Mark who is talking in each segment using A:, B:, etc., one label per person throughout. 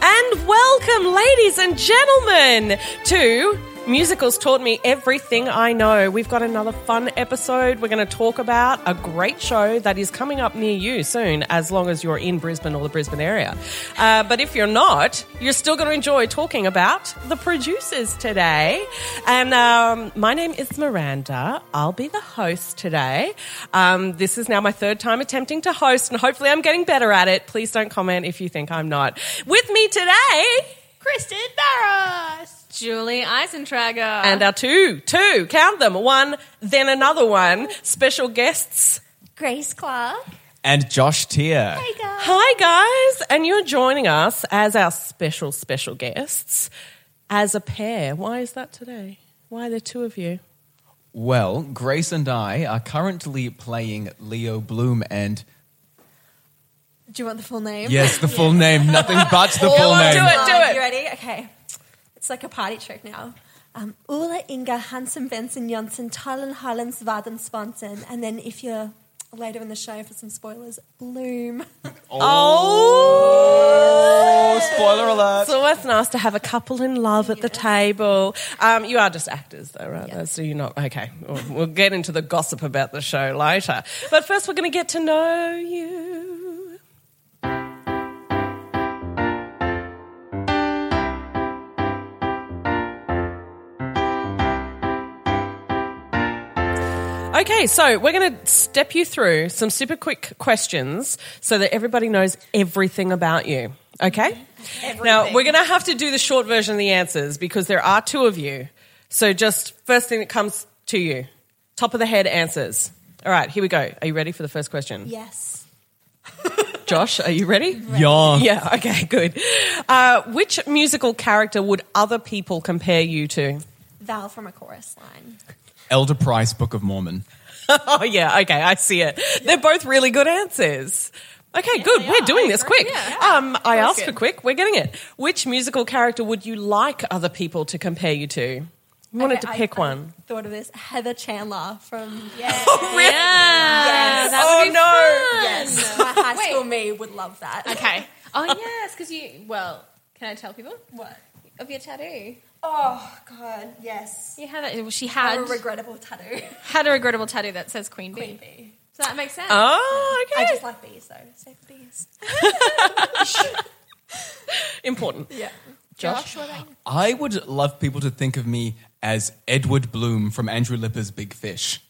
A: And welcome, ladies and gentlemen, to Musicals Taught Me Everything I Know. We've got another fun episode. We're going to talk about a great show that is coming up near you soon, as long as you're in Brisbane or the Brisbane area. Uh, but if you're not, you're still going to enjoy talking about the producers today. And um, my name is Miranda. I'll be the host today. Um, this is now my third time attempting to host, and hopefully, I'm getting better at it. Please don't comment if you think I'm not. With me today.
B: Kristen Barros. Julie Eisentrager.
A: And our two, two, count them, one, then another one, special guests.
B: Grace Clark.
C: and Josh Tier.
A: Hi, guys. And you're joining us as our special, special guests as a pair. Why is that today? Why are there two of you?
C: Well, Grace and I are currently playing Leo Bloom and
D: Do you want the full name?
C: yes, the full name, nothing but the full
A: on,
C: name.
A: do it.
D: Oh, You ready? Okay. It's like a party trick now. Um, Ula Inga Hansen Benson Janssen, Tylen Highlands Vaden Sponsen. And then if you're later in the show for some spoilers, Bloom.
C: Oh, spoiler alert!
A: It's always nice to have a couple in love at the table. Um, you are just actors, though, right? So you're not. Okay. We'll, we'll get into the gossip about the show later. But first, we're going to get to know you. Okay, so we're going to step you through some super quick questions so that everybody knows everything about you. Okay? Now, we're going to have to do the short version of the answers because there are two of you. So just first thing that comes to you, top of the head answers. All right, here we go. Are you ready for the first question?
D: Yes.
A: Josh, are you ready?
C: Yeah.
A: Yeah, okay, good. Uh, which musical character would other people compare you to?
D: Val from a chorus line.
C: Elder Price, Book of Mormon.
A: Oh yeah, okay, I see it. They're both really good answers. Okay, good. We're doing this quick. Um, I asked for quick. We're getting it. Which musical character would you like other people to compare you to? You wanted
D: Okay,
A: to
D: I-
A: pick
D: I
A: one. Oh,
D: thought of this. Heather Chandler from
B: Yeah.
A: really?
B: Yeah, that
A: oh
B: would be
A: no!
D: yes. my high
B: Wait.
D: school me would love that.
B: Okay. Oh, yes, because you, well, can I tell people?
D: What?
B: Of your tattoo.
D: Oh, God, yes.
B: You had it. Well, she
D: I
B: had
D: have a regrettable tattoo.
B: had a regrettable tattoo that says Queen, Bee.
D: Maybe.
B: So that makes sense.
A: Oh, okay.
D: I just like bees, though. Save the bees.
A: Important.
D: Yeah.
B: Josh, what about you?
C: I would love people to think of me as Edward Bloom from Andrew Lipper's Big Fish.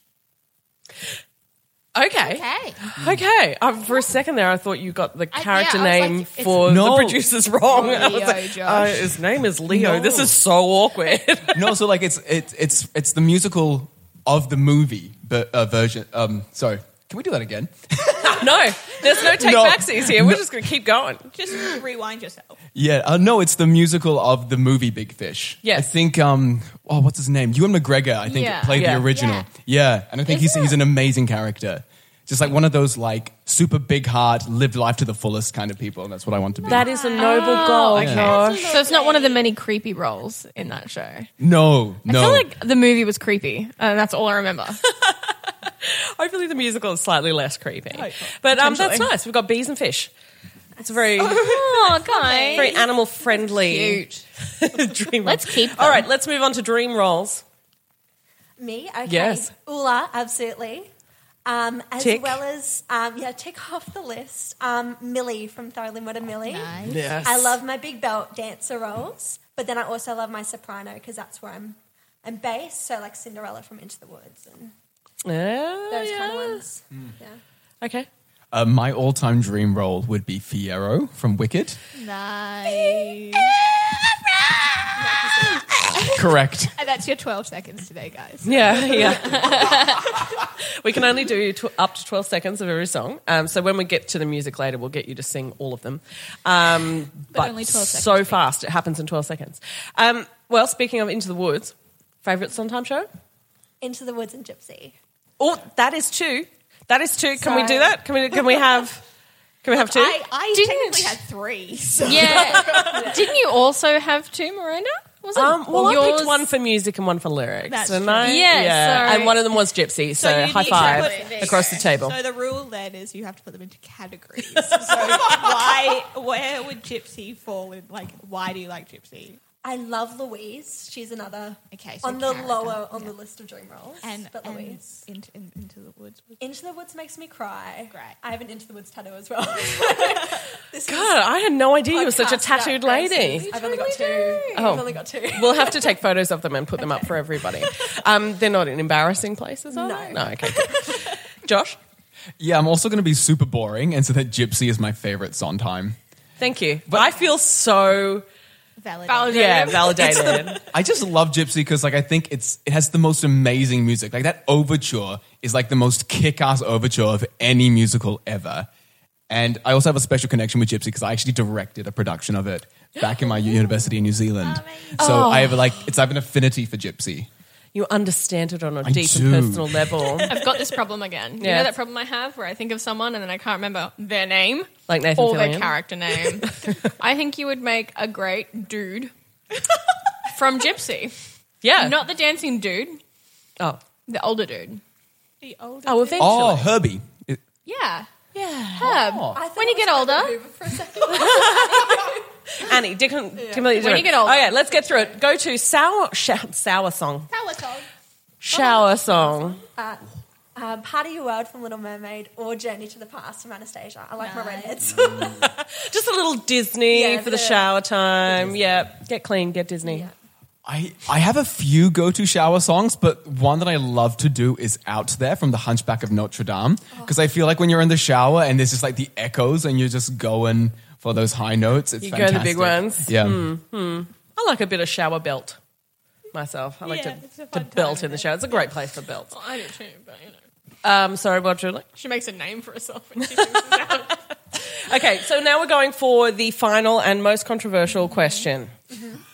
A: Okay.
B: Okay.
A: Okay. Um, for a second there, I thought you got the
B: Mm. I- yeah,
A: character
B: I was
A: name
B: like, it's-
A: for
C: No.
A: the producers wrong. I was
B: Leo,
A: like,
B: Josh.
A: uh, his name is Leo.
C: No.
A: This is so awkward.
C: No, so like it's it's it's it's the musical of the movie but, uh, version. Um, sorry, can we do that again?
A: no, there's no take
C: No.
A: backsies here. We're just going to keep going.
B: Just rewind yourself.
C: Yeah, uh, no, it's the musical of the movie Big Fish.
A: Yes.
C: I think. Um, oh, what's his name? Ewan McGregor. I think
B: Yeah.
C: played
A: Yeah.
C: the original.
B: Yeah.
C: Yeah, and I think he's
B: Isn't
C: he's
B: it?
C: an amazing character. Just like one of those like super big heart, live life to the fullest kind of people, and that's what I want to be.
A: That is a
B: Ah.
A: noble goal, Josh.
B: Oh, So it's not one of the many creepy roles in that show.
C: no, no.
B: I feel like the movie was creepy, and that's all I remember.
A: Hopefully, the musical is slightly less creepy. But um, that's nice. We've got bees and fish. It's a very,
B: oh, guys.
A: very animal friendly
B: Cute.
A: dream.
B: Let's
A: role.
B: keep
A: All
B: them.
A: right, let's move on to dream rolls.
D: Me? Okay.
A: Yes.
D: Ula, absolutely. Um, as
A: Tick.
D: well as, um, yeah, tick off the list. Um, Millie from Thoroughly Modern Millie.
E: Nice.
A: Yes.
D: I love my big belt dancer roles, but then I also love my soprano because that's where I'm, I'm based. So like Cinderella from Into the Woods and
A: Yeah,
D: those kind of
A: Oh, yeah.
D: ones. Yeah.
A: Okay.
C: Uh, my all-time dream role would be Fiero from Wicked.
E: Nice.
C: Correct.
E: And that's your 12 seconds today, guys.
A: Yeah, yeah. we can only do tw- up to 12 seconds of every song. Um, so when we get to the music later, we'll get you to sing all of them. Um, but,
E: only 12 seconds,
A: So
E: please.
A: fast, it happens in 12 seconds. Um, well, speaking of Into the Woods, favourite Sondheim show?
D: Into the Woods and Gypsy.
A: Oh, that is two. That is two. Can we do
D: Sorry.
A: that? Can we, can we have. Can we have two?
E: I, I
B: Didn't-
E: technically had three. So.
B: Yeah. Didn't you also have two, Miranda? Was it
A: um, well, I
B: yours?
A: picked one for music and one for lyrics.
E: That's
A: and
E: true.
A: I-
B: Yeah, so-
A: and one of them was Gypsy. So,
E: you
A: high
E: need to
A: five
E: put it-
A: across the table.
E: So the rule then is you have to put them into categories. so why, where would Gypsy fall in? Like, why do you like Gypsy?
D: I love Louise. She's another
E: Okay, so
D: on the
E: character,
D: lower on
E: yeah.
D: the list of dream roles.
E: And,
D: but
E: and
D: Louise.
E: into, in, into the woods. was-
D: Into the Woods makes me cry.
E: Great.
D: I have an Into the Woods tattoo as well. This is
A: God, I had no idea you were such a
D: podcast about
A: tattooed
D: graces.
A: lady.
D: I've only got two.
A: Oh.
D: I've only got two.
A: We'll have to take photos of them and put them up for everybody. Um, they're not in embarrassing places, are
D: No.
A: they? No, okay. good. Josh,
C: Yeah, I'm also going to be super boring, and so that Gypsy is my favorite Sondheim.
A: thank you. But I feel so
E: Validated.
A: yeah validated.
C: I just love Gypsy because, like, I think it's it has the most amazing music. Like that overture is like the most kick-ass overture of any musical ever. And I also have a special connection with Gypsy because I actually directed a production of it back in my university in New Zealand. So I have like it's I have an affinity for Gypsy.
A: you understand it on a
C: I
A: deep and
C: do.
A: personal level,
B: I've got this problem again. You
A: Yeah.
B: know that problem I have where I think of someone and then I can't remember their name
A: like Nathan
B: or their
A: Fillion.
B: character name. I think you would make a great dude from Gypsy.
A: Yeah.
B: Not the dancing dude,
A: oh.
B: the older dude.
E: The older
A: Oh, eventually.
C: Oh, Herbie. It-
B: Yeah.
A: yeah. Oh,
B: Herb.
D: I thought
B: When you
D: it
B: get
D: was Bradley
B: older-
D: Cooper for a second.
A: Annie, Dickon, completely
B: When you
A: different.
B: get older.
A: Okay, let's get through it. Go to sour sh- sour song,
E: Power song.
A: shower song.
D: uh, Part of Your World from Little Mermaid or Journey to the Past from Anastasia. I like my redheads.
A: Just a little Disney
D: Yeah,
A: for the
D: the-
A: shower time. Yeah, get clean, get Disney.
C: I, I have a few go to shower songs, but one that I love to do is Out There from The Hunchback of Notre Dame.
A: Oh.
C: Because I feel like when you're in the shower and there's just like the echoes and you're just going for those high notes, it's
A: You go the
C: fantastic.
A: big ones. Hmm.
C: Yeah.
A: I like a bit of shower belt myself. I like
E: Yeah, it's
A: to,
E: a
A: to
E: fun
A: belt
E: time,
A: in the
E: isn't it?
A: shower. It's a great place for belts.
B: I do too, but you know.
A: Um, sorry, what Julie?
B: She makes a name for herself when she sings this out.
A: Okay, so now we're going for the final and most controversial question.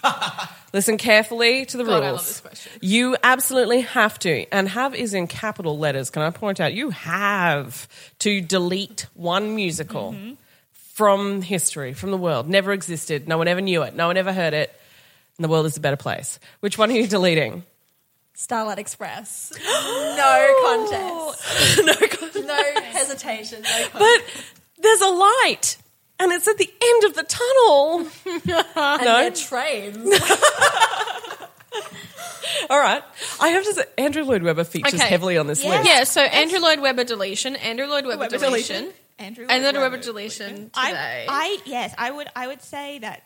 A: Listen carefully to the
B: Mm-hmm.
E: Oh,
B: God,
A: rules.
B: I love this question.
A: You absolutely have to, and have is in capital letters. Can I point out you have to delete one musical from history, from the world? Never existed. No one ever knew it. No one ever heard it. And the world is a better place. Which one are you deleting?
D: Starlight Express. No contest. no hesitation. No contest.
A: But there's a light, and it's at the end of the tunnel.
D: and
A: no.
D: they're trains.
A: All right. I have to say, Andrew Lloyd Webber features
B: Okay.
A: heavily on this
E: Yeah.
A: list.
B: Yeah, so Andrew Lloyd Webber deletion, Andrew Lloyd Webber,
E: Webber
B: deletion,
E: deletion. Andrew
B: and then
E: Lloyd
B: a Webber
E: Webber
B: deletion
E: I,
B: today.
E: I yes, I would I would say that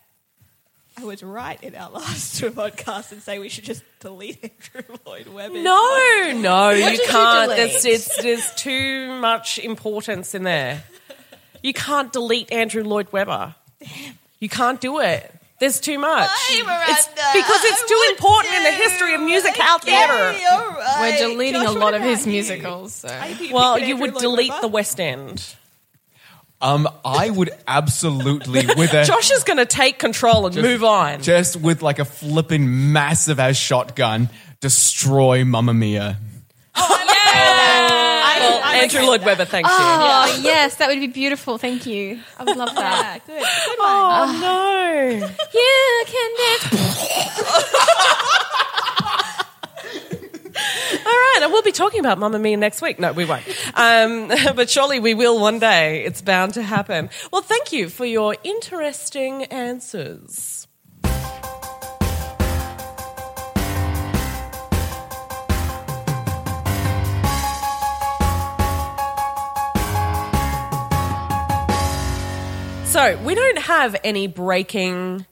E: I was right in our last podcast and say we should just delete Andrew Lloyd Webber.
A: No, no, you
B: did you
A: can't.
B: delete?
A: There's, it's, there's too much importance in there. You can't delete Andrew Lloyd Webber. You can't do it. There's too much.
E: Why,
A: It's
E: Miranda?
A: because it's
E: I
A: too
E: want
A: important in the
E: to.
A: history of musical
E: Okay,
A: theatre.
E: all right.
B: We're deleting
E: Josh,
B: a
E: what
B: lot of
E: about
B: his
E: you?
B: musicals. So.
E: Are picking
A: Well,
E: Andrew
A: you would
E: Lloyd
A: delete
E: Webber?
A: the West End.
C: Um, I would absolutely, with a.
A: Josh is going to take control and move on.
C: Uh, Just with like a flipping massive ass shotgun, destroy Mamma Mia.
E: I-
A: Well,
E: I-
A: Andrew Lloyd Webber, thank you.
B: Oh, yes, that would be beautiful. Thank you. I would love that.
E: Yeah, good. Good one.
A: Oh no!
B: you can dance.
A: All right, and we'll be talking about Mamma Mia next week. No, we won't. Um, but surely we will one day. It's bound to happen. Well, thank you for your interesting answers. So we don't have any breaking,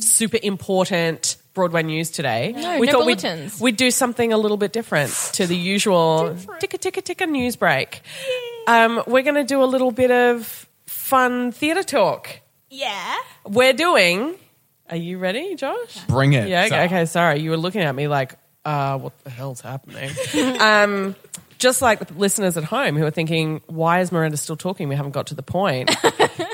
A: super important Broadway news today.
B: No,
A: we
B: no
A: thought we'd-
B: bulletins.
A: We'd, do something a little bit different to the usual ticka ticka ticka news break. Um, we're going to do a little bit of fun theatre talk.
E: Yeah.
A: We're doing. Are you ready, Josh?
C: Bring it.
A: Yeah. Okay,
C: So-
A: okay. Sorry, you were looking at me like, uh, what the hell's happening? um, just like the listeners at home who are thinking, why is Miranda still talking? We haven't got to the point.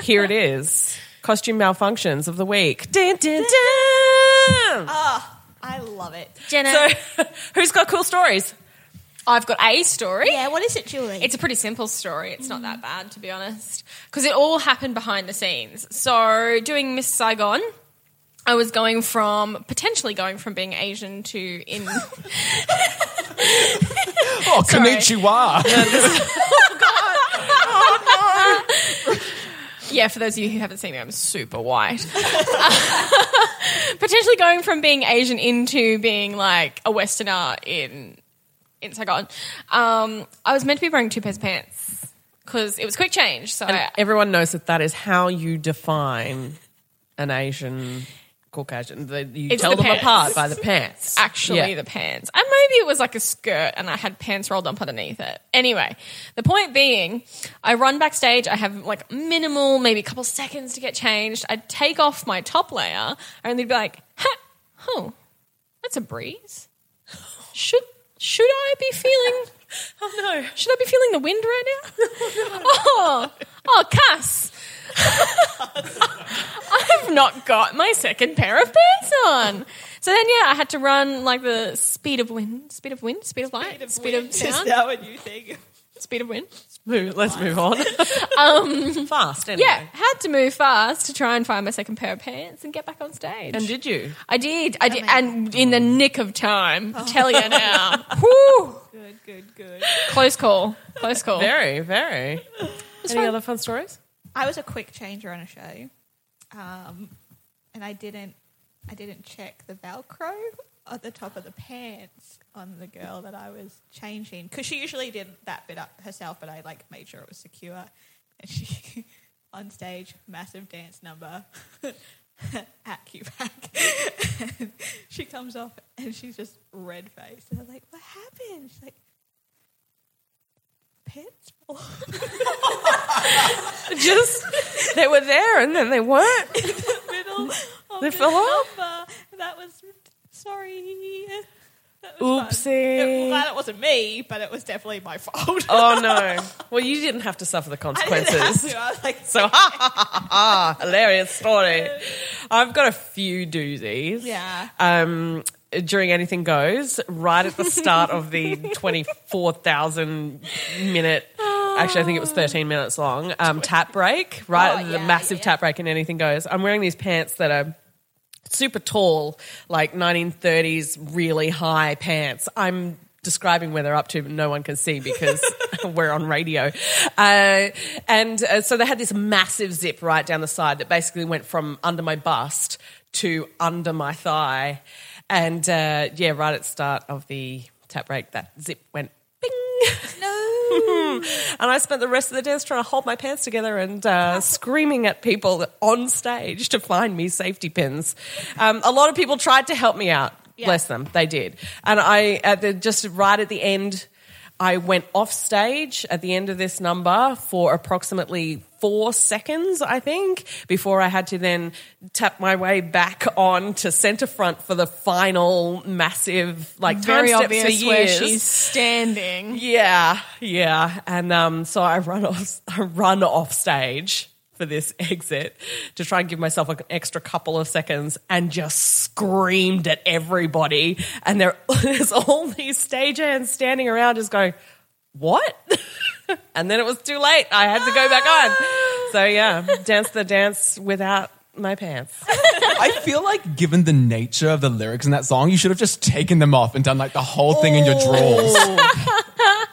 A: Here it is: costume malfunctions of the week. Dun, dun, dun.
E: Oh, I love it.
B: Jenna.
A: So, who's got cool stories?
B: I've got a story.
E: Yeah, what is it, Julie?
B: It's a pretty simple story. It's not that bad, to be honest, because it all happened behind the scenes. So, doing Miss Saigon, I was going from potentially going from being Asian to in.
C: Oh,
B: Sorry.
C: konnichiwa.
B: yeah, for those of you who haven't seen me, I'm super white. potentially going from being Asian into being like a Westerner in in Saigon. Um, I was meant to be wearing two pairs of pants because it was quick change. So
A: And everyone knows that that is how you define an Asian Caucasian. That You
B: It's
A: tell
B: the
A: them
B: pants.
A: apart by the pants.
B: actually
A: Yeah.
B: the pants. And maybe it was like a skirt and I had pants rolled up underneath it. Anyway, the point being, I run backstage. I have like minimal, maybe a couple seconds to get changed. I take off my top layer and they'd be like, ha, oh, that's a breeze. Should, should I be feeling, oh no, should I be feeling the wind right now? oh, oh, Cass. I've not got my second pair of pants on. So then, yeah, I had to run like the speed of wind, speed of wind, speed of light, speed of,
E: Is
B: sound,
E: that a new thing?
B: speed of wind.
A: Move- Let's move on. um, Fast. Anyway.
B: Yeah, had to move fast to try and find my second pair of pants and get back on stage.
A: And did you?
B: I did, I did, and in the nick of time. Tell you now, Whew.
E: Good, good, good.
B: close call, close
E: Oh.
B: call.
A: Very, very. Any
B: fine.
A: other fun stories?
E: I was a quick changer on a show, um, and I didn't, I didn't check the Velcro at the top of the pants on the girl that I was changing because she usually did that bit up herself, but I like made sure it was secure. And she on stage, massive dance number. At QPAC. she comes off and she's just red faced. And I was like, What happened? She's like, Pants fall off."
A: Just they were there and then they weren't.
E: middle of
A: They
E: the
A: fell off?
E: number. That was sorry. That was fun. It,
A: Oopsie.
E: well, it wasn't me, but it was definitely my fault.
A: Oh no. Well, you didn't have to suffer the
E: I didn't have
A: consequences.
E: to. I was like,
A: So ha ha ha ha ha. Hilarious story. I've got a few doozies.
E: yeah.
A: um, during Anything Goes, right at the start of the 24,000 minute, actually, I think it was 13 minutes long, um, tap break, right?
E: Oh,
A: the
E: yeah,
A: massive
E: yeah.
A: tap break in Anything Goes. I'm wearing these pants that are super tall, like 1930s, really high pants. I'm describing where they're up to, but no one can see because we're on radio. Uh, and uh, so they had this massive zip right down the side that basically went from under my bust to under my thigh. And uh, yeah, right at the start of the tap break, that zip went bing. No. and I spent the rest of the dance trying to hold my pants together and uh, screaming at people on stage to find me safety pins. Um, a lot of people tried to help me out. Bless them, they did. And I, at the, just right at the end, I went off stage at the end of this number for approximately four seconds, I think, before I had to then tap my way back on to centre front for the final massive, like,
B: Very
A: time steps for
B: obvious where
A: years.
B: she's standing.
A: Yeah, yeah. And um, so I run off, I run off stage for this exit to try and give myself an extra couple of seconds and just screamed at everybody. And there, there's all these stagehands standing around just going, what? and then it was too late. I had to go back on. So yeah, dance the dance without my pants.
C: I feel like, given the nature of the lyrics in that song, you should have just taken them
A: Oh.
C: off and done like the whole thing in your drawers.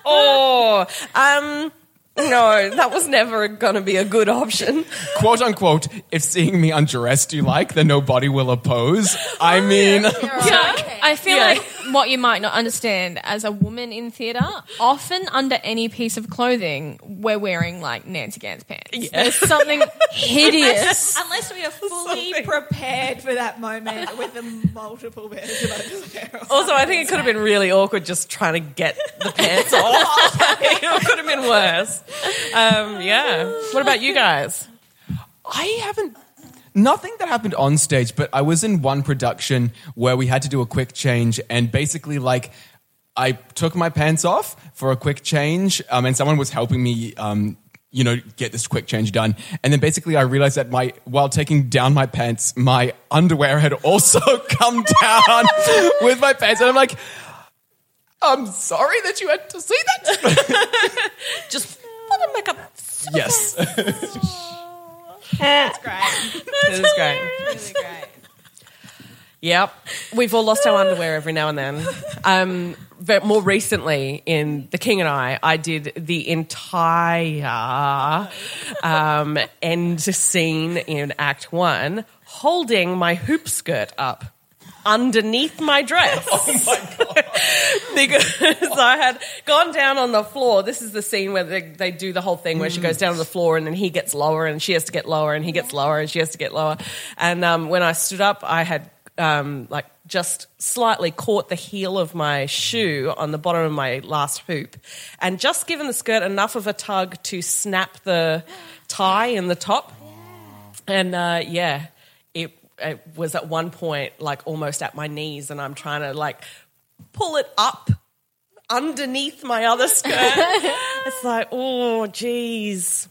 A: Oh, um, No, that was never going to be a good option.
C: Quote unquote, if seeing me undressed you like, then nobody will oppose. I mean,
B: Oh, Yeah, I feel like what you might not understand as a woman in theatre, often under any piece of clothing, we're wearing like Nancy Gann's pants. There's something hideous.
E: Unless we are fully prepared for that moment with the multiple pairs of underwear.
A: Also, I think it could have been really awkward just trying to get the pants off. it could have been worse. Um, yeah. What about you guys?
C: I haven't. Nothing that happened on stage, but I was in one production where we had to do a quick change, and basically, like, I took my pants off for a quick change, um, and someone was helping me, um, you know, get this quick change done. And then basically, I realized that my while taking down my pants, my underwear had also come down with my pants, and I'm like, I'm sorry that you had to see that.
A: Just put a makeup.
C: yes.
E: It's great.
A: It was great.
E: Really great.
A: Yep. We've all lost our underwear every now and then. Um, but more recently, in The King and I, I did the entire um, end scene in Act One holding my hoop skirt up underneath my dress. because I had gone down on the floor. This is the scene where they, they do the whole thing where she goes down on the floor and then he gets lower and she has to get lower and he gets lower and she has to get lower. And um, when I stood up, I had um, like just slightly caught the heel of my shoe on the bottom of my last hoop and just given the skirt enough of a tug to snap the tie in the top. And uh, yeah, it, it was at one point like almost at my knees, and I'm trying to like pull it up underneath my other skirt. it's like, oh, geez.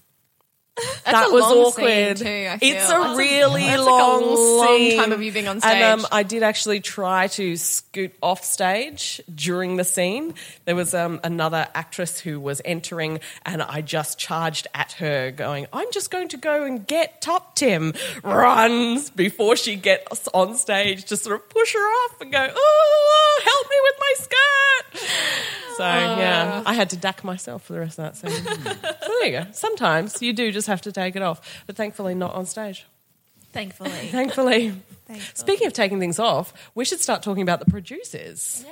A: that
B: a
A: was
B: long
A: awkward.
B: scene too, I feel.
A: It's a
B: That's a-
A: really
B: that's like a
A: long,
B: long
A: scene.
B: time of you being on
A: And um,
B: stage.
A: I did actually try to scoot off stage during the scene. There was um, another actress who was entering, and I just charged at her, going, "I'm just going to go and get Top Tim." Runs before she gets on stage to sort of push her off and go, "Oh, help me with my skirt!" So
B: Oh.
A: yeah, I had to dack myself for the rest of that scene. so there you go. Sometimes you do just have to take it off, but thankfully not on stage.
E: Thankfully.
A: Thankfully. Speaking of taking things off, we should start talking about the producers.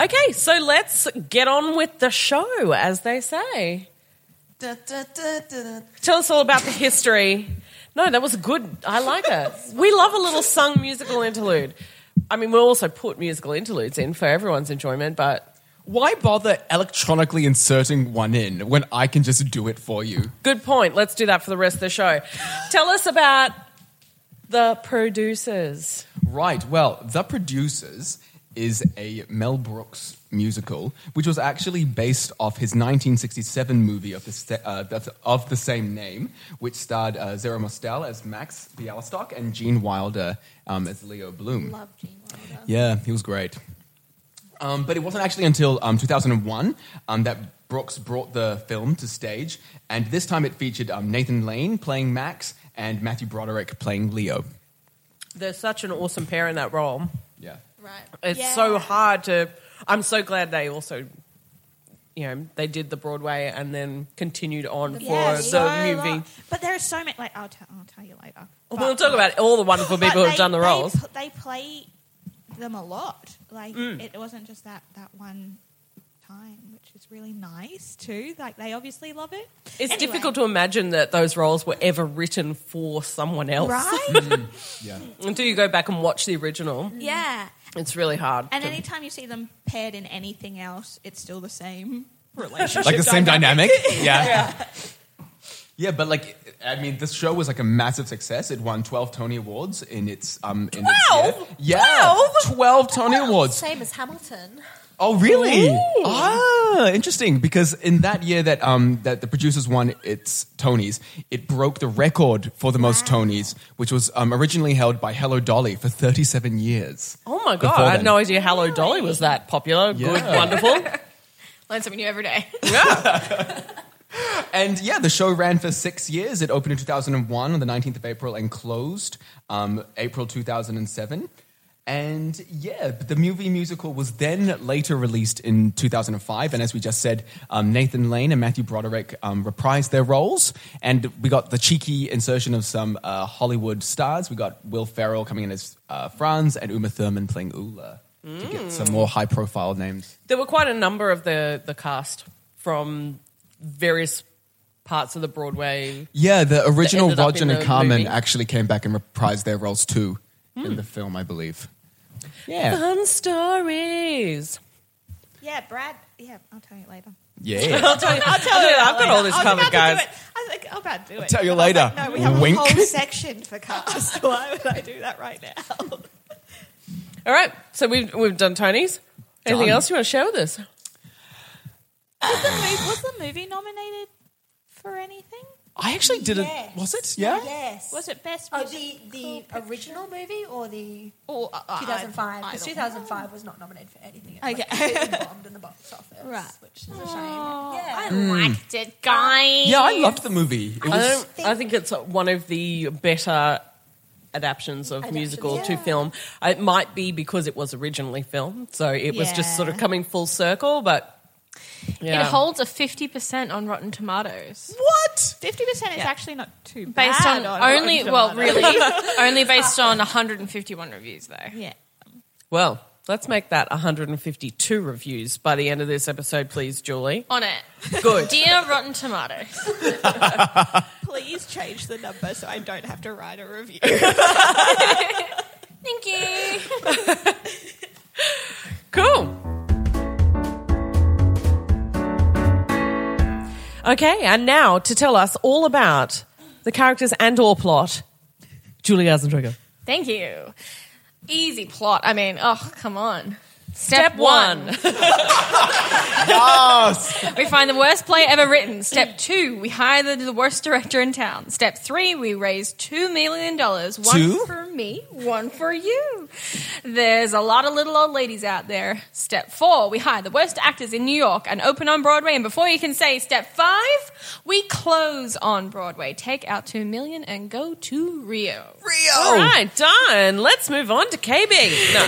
A: Okay, so let's get on with the show, as they say.
E: Da, da, da, da, da.
A: Tell us all about the history. No, that was good. I like it. We love a little sung musical interlude. I mean, we'll also put musical interludes in for everyone's enjoyment, but
C: Why bother electronically inserting one in when I can just do it for you?
A: good point. Let's do that for the rest of the show. Tell us about the producers.
C: Right. Well, The Producers is a Mel Brooks musical, which was actually based off his 1967 movie of the, sa- uh, that's of the same name, which starred uh, Zara Mostel as Max Bialystock and Gene Wilder um, as Leo Bloom.
E: Love Gene Wilder.
C: Yeah, he was great. Um, but it wasn't actually until um, 2001 um, that Brooks brought the film to stage, and this time it featured um, Nathan Lane playing Max and Matthew Broderick playing Leo.
A: They're such an awesome pair in that role.
C: Yeah.
E: Right.
A: It's
E: Yeah.
A: so hard to. I'm so glad they also, you know, they did the Broadway and then continued on for
E: Yeah,
A: the
E: so
A: movie.
E: long. But there are so many. Like I'll, t- I'll tell you later.
A: We'll
E: But-
A: talk about all the wonderful
E: but
A: people who
E: they-
A: have done the
E: they
A: roles.
E: pl- They, play them a lot. Like
C: Mm.
E: it wasn't just that that one time, which is really nice too. Like they obviously love it.
A: It's
E: Anyway.
A: difficult to imagine that those roles were ever written for someone else.
E: right?
C: Yeah.
A: Until you go back and watch the original,
E: yeah.
A: it's really hard.
E: And
A: to-
E: anytime you see them paired in anything else, it's still the same relationship.
C: like the same dynamic. Yeah. yeah. but like, I mean, this show was like a massive success. It won 12 Tony Awards in its. um in Its year.
A: 12?
C: Yeah. 12? Tony Awards.
D: Same as Hamilton.
C: Oh, really? Ah, interesting. Because in that year that um that the producers won its Tonys, it broke the record for the most Tonys, which was um, originally held by Hello Dolly for 37 years.
A: oh my
C: Before
A: god, I had
C: then.
A: no idea Hello Dolly was that popular. Good,
C: Yeah.
A: wonderful.
B: Learn something new every day.
C: And yeah, the show ran for six years. It opened in 2001 on the 19th of April and closed um, April 2007. And yeah, the movie musical was then later released in 2005. And as we just said, um, Nathan Lane and Matthew Broderick um, reprised their roles. And we got the cheeky insertion of some uh, Hollywood stars. We got Will Ferrell coming in as uh, Franz and Uma Thurman playing Ula to get some more high profile names.
A: There were quite a number of the the cast from various parts of the Broadway.
C: Yeah, the original
A: ended up
C: Roger
A: in
C: and
A: the
C: Carmen
A: movie. Hmm.
C: actually came back and reprised their roles too in the film, I believe. Yeah.
A: Fun stories.
E: Yeah, Brad. Yeah, I'll tell you later.
C: Yeah.
A: I'll tell you. I'll tell you. I've got all this
E: I was
A: covered,
E: about
A: guys.
E: To do it. I was like, I'm about to do it.
C: tell you
E: And I was like,
C: later.
E: no, we have
C: Wink.
E: a whole section for cars. so Why would I do that right now?
A: All right. So we've we've done Tony's. Anything
C: Done.
A: else you want to share with us?
E: was, the movie, was the movie nominated for anything?
C: I actually didn't. Was it? Yeah.
D: Yes.
E: Was it best?
D: Oh,
E: music-
D: the, the original movie or the
E: or, uh, uh,
D: 2005?
E: I- I
D: Because
E: don't-
D: 2005 was not nominated for anything. It
E: Okay.
D: like, completely bombed in the box office,
E: Right.
D: which is a shame. Yeah.
B: liked it, guys.
C: Yeah, I loved the movie. It
A: I,
C: was.
A: don't, I think it's one of the better adaptations of musical to film. It might be because it was originally filmed, so it was just sort of
E: Yeah.
A: coming full circle. But yeah.
B: It holds a 50% on Rotten Tomatoes.
C: What?
E: 50% is actually not too bad.
B: Based on
E: Rotten
B: only, well,
E: Tomatoes.
B: really, only based on 151 reviews, though.
E: Yeah.
A: well, let's make that 152 reviews by the end of this episode, please, Julie.
B: On it.
A: Good.
B: Dear Rotten Tomatoes.
E: Please change the number so I don't have to write a review.
B: Thank you.
A: Cool. Okay, and now to tell us all about the characters and or plot, Julie Eisenberger.
B: Thank you. Easy plot. I mean, oh, come on.
A: Step one.
B: We find the worst play ever written. Step two, we hire the, the worst director in town. Step three, we raise two million dollars. One
C: Two?
B: for me, one for you. There's a lot of little old ladies out there. Step four, we hire the worst actors in New York and open on Broadway. And before you can say step five, we close on Broadway. Take our two million and go to Rio.
A: All right, done. Let's move on to KB. No,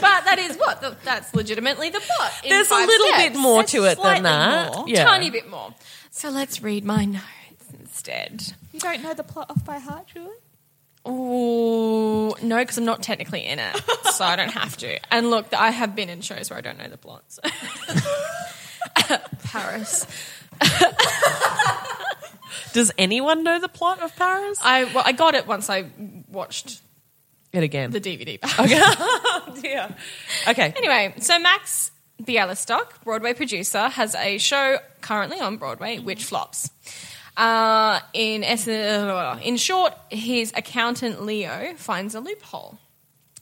B: But that is what the, that's legitimately the plot. in
A: there's a
B: five
A: little
B: steps.
A: bit more
B: There's
A: to it than
B: slightly
A: that.
B: more.
A: Yeah.
B: Tiny bit more. So let's read my notes instead.
E: you don't know the plot off by heart, Julie?
B: Ooh, no, because I'm not technically in it, so I don't have to. And look, I have been in shows where I don't know the plots. Paris.
A: Does anyone know the plot of Paris?
B: I well, I got it once I watched
A: It again.
B: the DVD.
A: yeah. Okay.
B: Anyway, so Max Bialystock, Broadway producer, has a show currently on Broadway which flops. Uh, in essence, in short, his accountant Leo finds a loophole.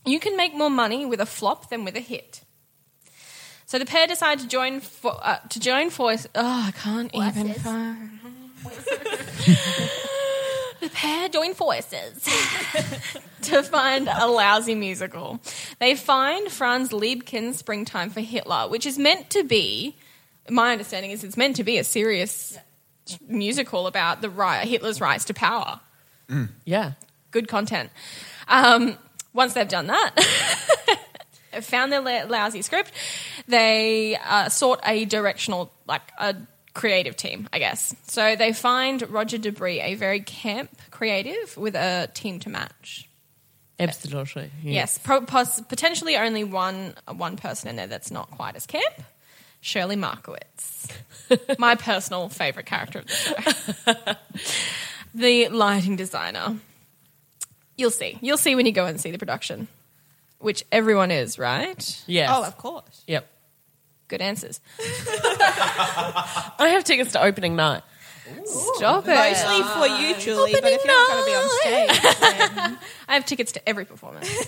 B: You can make more money with a flop than with a hit. So the pair decide to join fo- uh, to join force. Oh, I can't even. fi- the pair join forces to find a lousy musical. They find Franz Liebkin's Springtime for Hitler, which is meant to be, my understanding is it's meant to be a serious musical about the ri Hitler's rise to power.
A: Yeah.
B: Good content. Um, once they've done that, they've found their la- lousy script, they uh, sought a directional, like a creative team, I guess. So they find Roger Debris, a very camp creative with a team to match.
A: Absolutely.
B: Yes, pro- pos- potentially only one one person in there that's not quite as camp. Shirley Markowitz, my personal favorite character of the show. the lighting designer. You'll see. You'll see when you go and see the production, which everyone is right.
A: Yes.
E: Oh, of course.
A: Yep.
B: Good answers.
A: I have tickets to opening night.
B: Stop it.
E: Mostly for you, Julie, but if you're not going to be on stage,
B: I have tickets to every performance.
D: We'll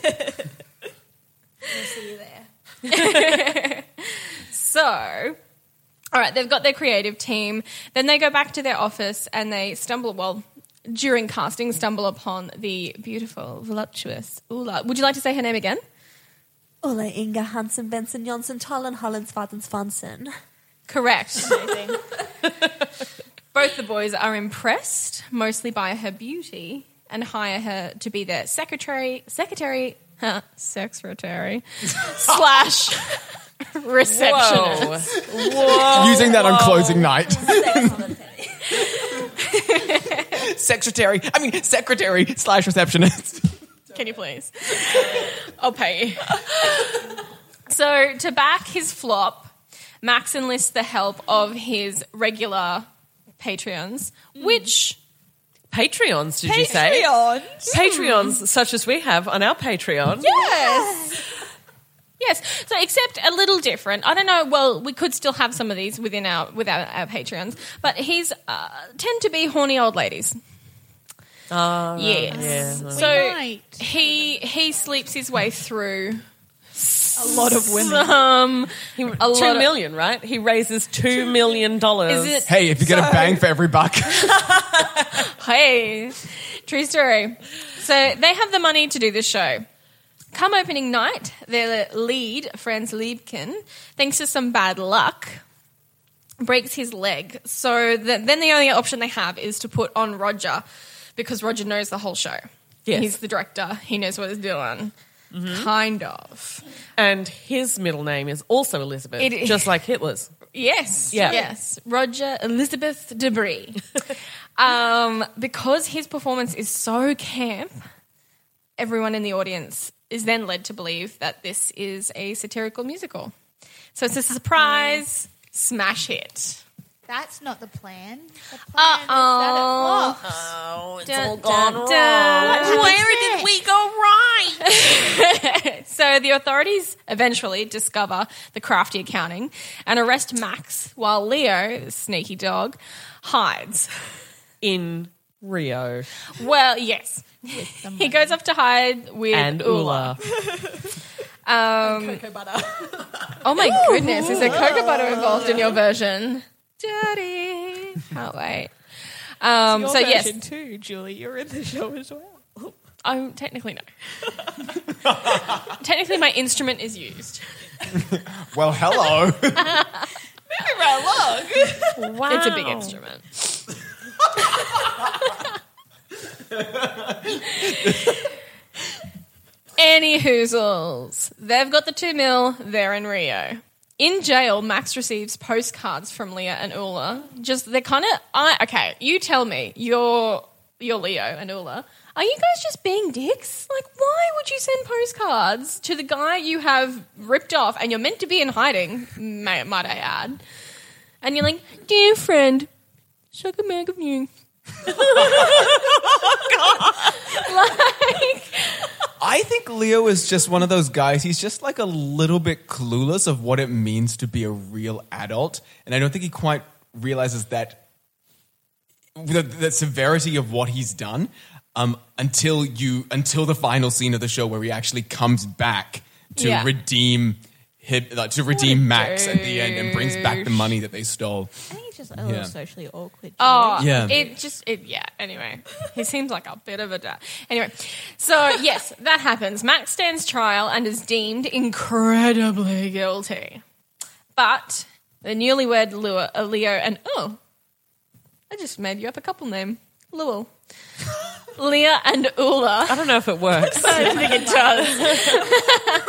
D: see you there.
B: So, all right, they've got their creative team. Then they go back to their office and they stumble, well, during casting, stumble upon the beautiful, voluptuous Ula. Would you like to say her name again?
D: Ulla Inga Hansen Benson Johnson Tollen Hollins Vadens Swanson.
B: Correct. Both the boys are impressed, mostly by her beauty, and hire her to be their secretary, secretary, secretary slash receptionist.
A: Whoa. Whoa.
C: Using that
A: Oh.
C: on closing night. Secretary, I mean, secretary slash receptionist.
B: Can you please? I'll pay you. so, to back his flop, Max enlists the help of his regular Patreons, which
A: Patreons, did you say? Patreons, such as we have on our Patreon. Yeah.
E: Yes.
B: Yes. So except a little different. I don't know. Well, we could still have some of these within our with our, our patrons, but he's uh, tend to be horny old ladies.
A: Ah,
B: yes. So
E: Right.
B: he he sleeps his way through
E: A lot of women.
B: um
A: He, two
B: lot of-
A: million, right? He raises two million dollars.
B: is it
C: Hey, if you get a bang for every buck,
B: hey true story. So they have the money to do this show. Come opening night, their lead Franz Liebkin, thanks to some bad luck, breaks his leg. So the, then the only option they have is to put on Roger because Roger knows the whole show.
A: Yes.
B: He's the director. He knows what he's doing. Kind of.
A: And his middle name is also Elizabeth,
B: It-
A: just like Hitler's.
B: Yes.
A: Yeah.
B: Yes. Roger Elizabeth Debris. um, because his performance is so camp, everyone in the audience is then led to believe that this is a satirical musical. So it's a surprise smash hit.
E: That's not the plan. The plan
B: Uh-oh.
E: is that it flops.
B: It's all gone wrong.
E: oh. Uh-huh. Where did we go?
B: So the authorities eventually discover the crafty accounting and arrest Max while Leo, the sneaky dog, hides.
A: In Rio
B: Well, yes. He goes off to hide with
A: and Ula.
D: Cocoa butter.
B: Oh my goodness, is there cocoa butter involved in your version? Dirty. Can't wait. Um,
E: Your
B: so, yes,
E: version too, Julie. You're in the show as well.
B: I'm technically no. technically, my instrument is used.
C: well, hello.
B: Wow. It's a big instrument. Any hoozles. They've got the two mil, they're in Rio. In jail, Max receives postcards from Leah and Ula. Just they're kind of I okay, you tell me, you're you're Leo and Ula. Are you guys just being dicks? Like, why would you send postcards to the guy you have ripped off and you're meant to be in hiding, may, might I add? And you're like, dear friend, suck a mag of you.
C: I think Leo is just one of those guys. He's just like a little bit clueless of what it means to be a real adult, and I don't think he quite realizes that the, the severity of what he's done um, until you until the final scene of the show where he actually comes back to
B: Yeah.
C: redeem him, like, to redeem Max at the end and brings back the money that they stole.
E: I think it's just a little
C: Yeah.
E: socially awkward.
B: Oh,
C: Yeah.
B: It just, it, yeah. Anyway, he seems like a bit of a dad. Anyway, so yes, that happens. Max stands trial and is deemed incredibly guilty. But the newlywed Lua, uh, Leo and, oh, I just made you up a couple name. Lewel. Leah and Ula.
A: I don't know if it works.
B: I don't think it does.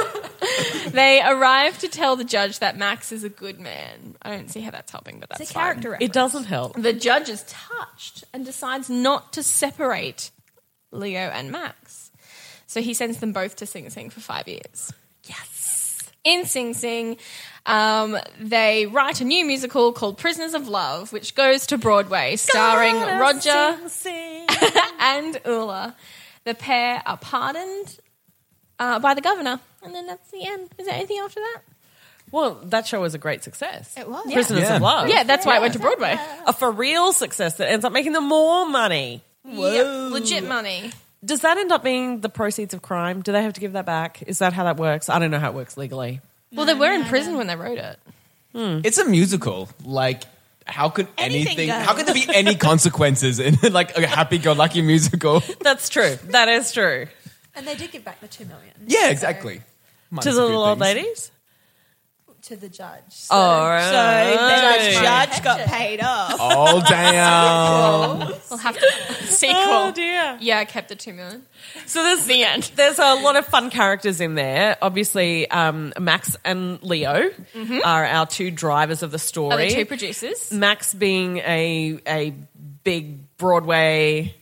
B: they arrive to tell the judge that Max is a good man. I don't see how that's helping, but that's
E: It's a character
B: Fine.
A: it doesn't help.
B: The judge is touched and decides not to separate Leo and Max. So he sends them both to Sing Sing for five years. Yes. In Sing Sing, um, they write a new musical called Prisoners of Love, which goes to Broadway, starring Roger and Ula. The pair are pardoned uh, by the governor, and then that's the end. Is there anything after that?
A: Well, that show was a great success.
E: It was.
A: Prisoners
C: Yeah.
A: of Love.
B: Yeah, that's why it went to Broadway.
A: A for real success that ends up making them more money.
B: Yep, legit money.
A: Does that end up being the proceeds of crime? Do they have to give that back? Is that how that works? I don't know how it works legally.
B: Well, they were in prison when they wrote it.
C: It's a musical. Like, how could
E: Anything
C: anything?
E: goes.
C: how could there be any consequences in like a happy-go-lucky musical?
A: That's true. That is true.
D: And they did give back the two million.
C: Yeah, exactly. Minus
A: to
C: a
A: the
C: few
A: little old
C: things.
A: ladies?
D: to the judge. So,
A: All right.
E: So the
D: Judge
E: judge got
D: Hatchet.
E: paid off.
C: Oh damn!
B: We'll have to sequel.
A: Oh dear.
B: Yeah, I kept the two million.
A: So there's the end. There's a lot of fun characters in there. Obviously, um, Max and Leo are our two drivers of the story.
B: Mm-hmm. Are the two producers?
A: Max being a a big Broadway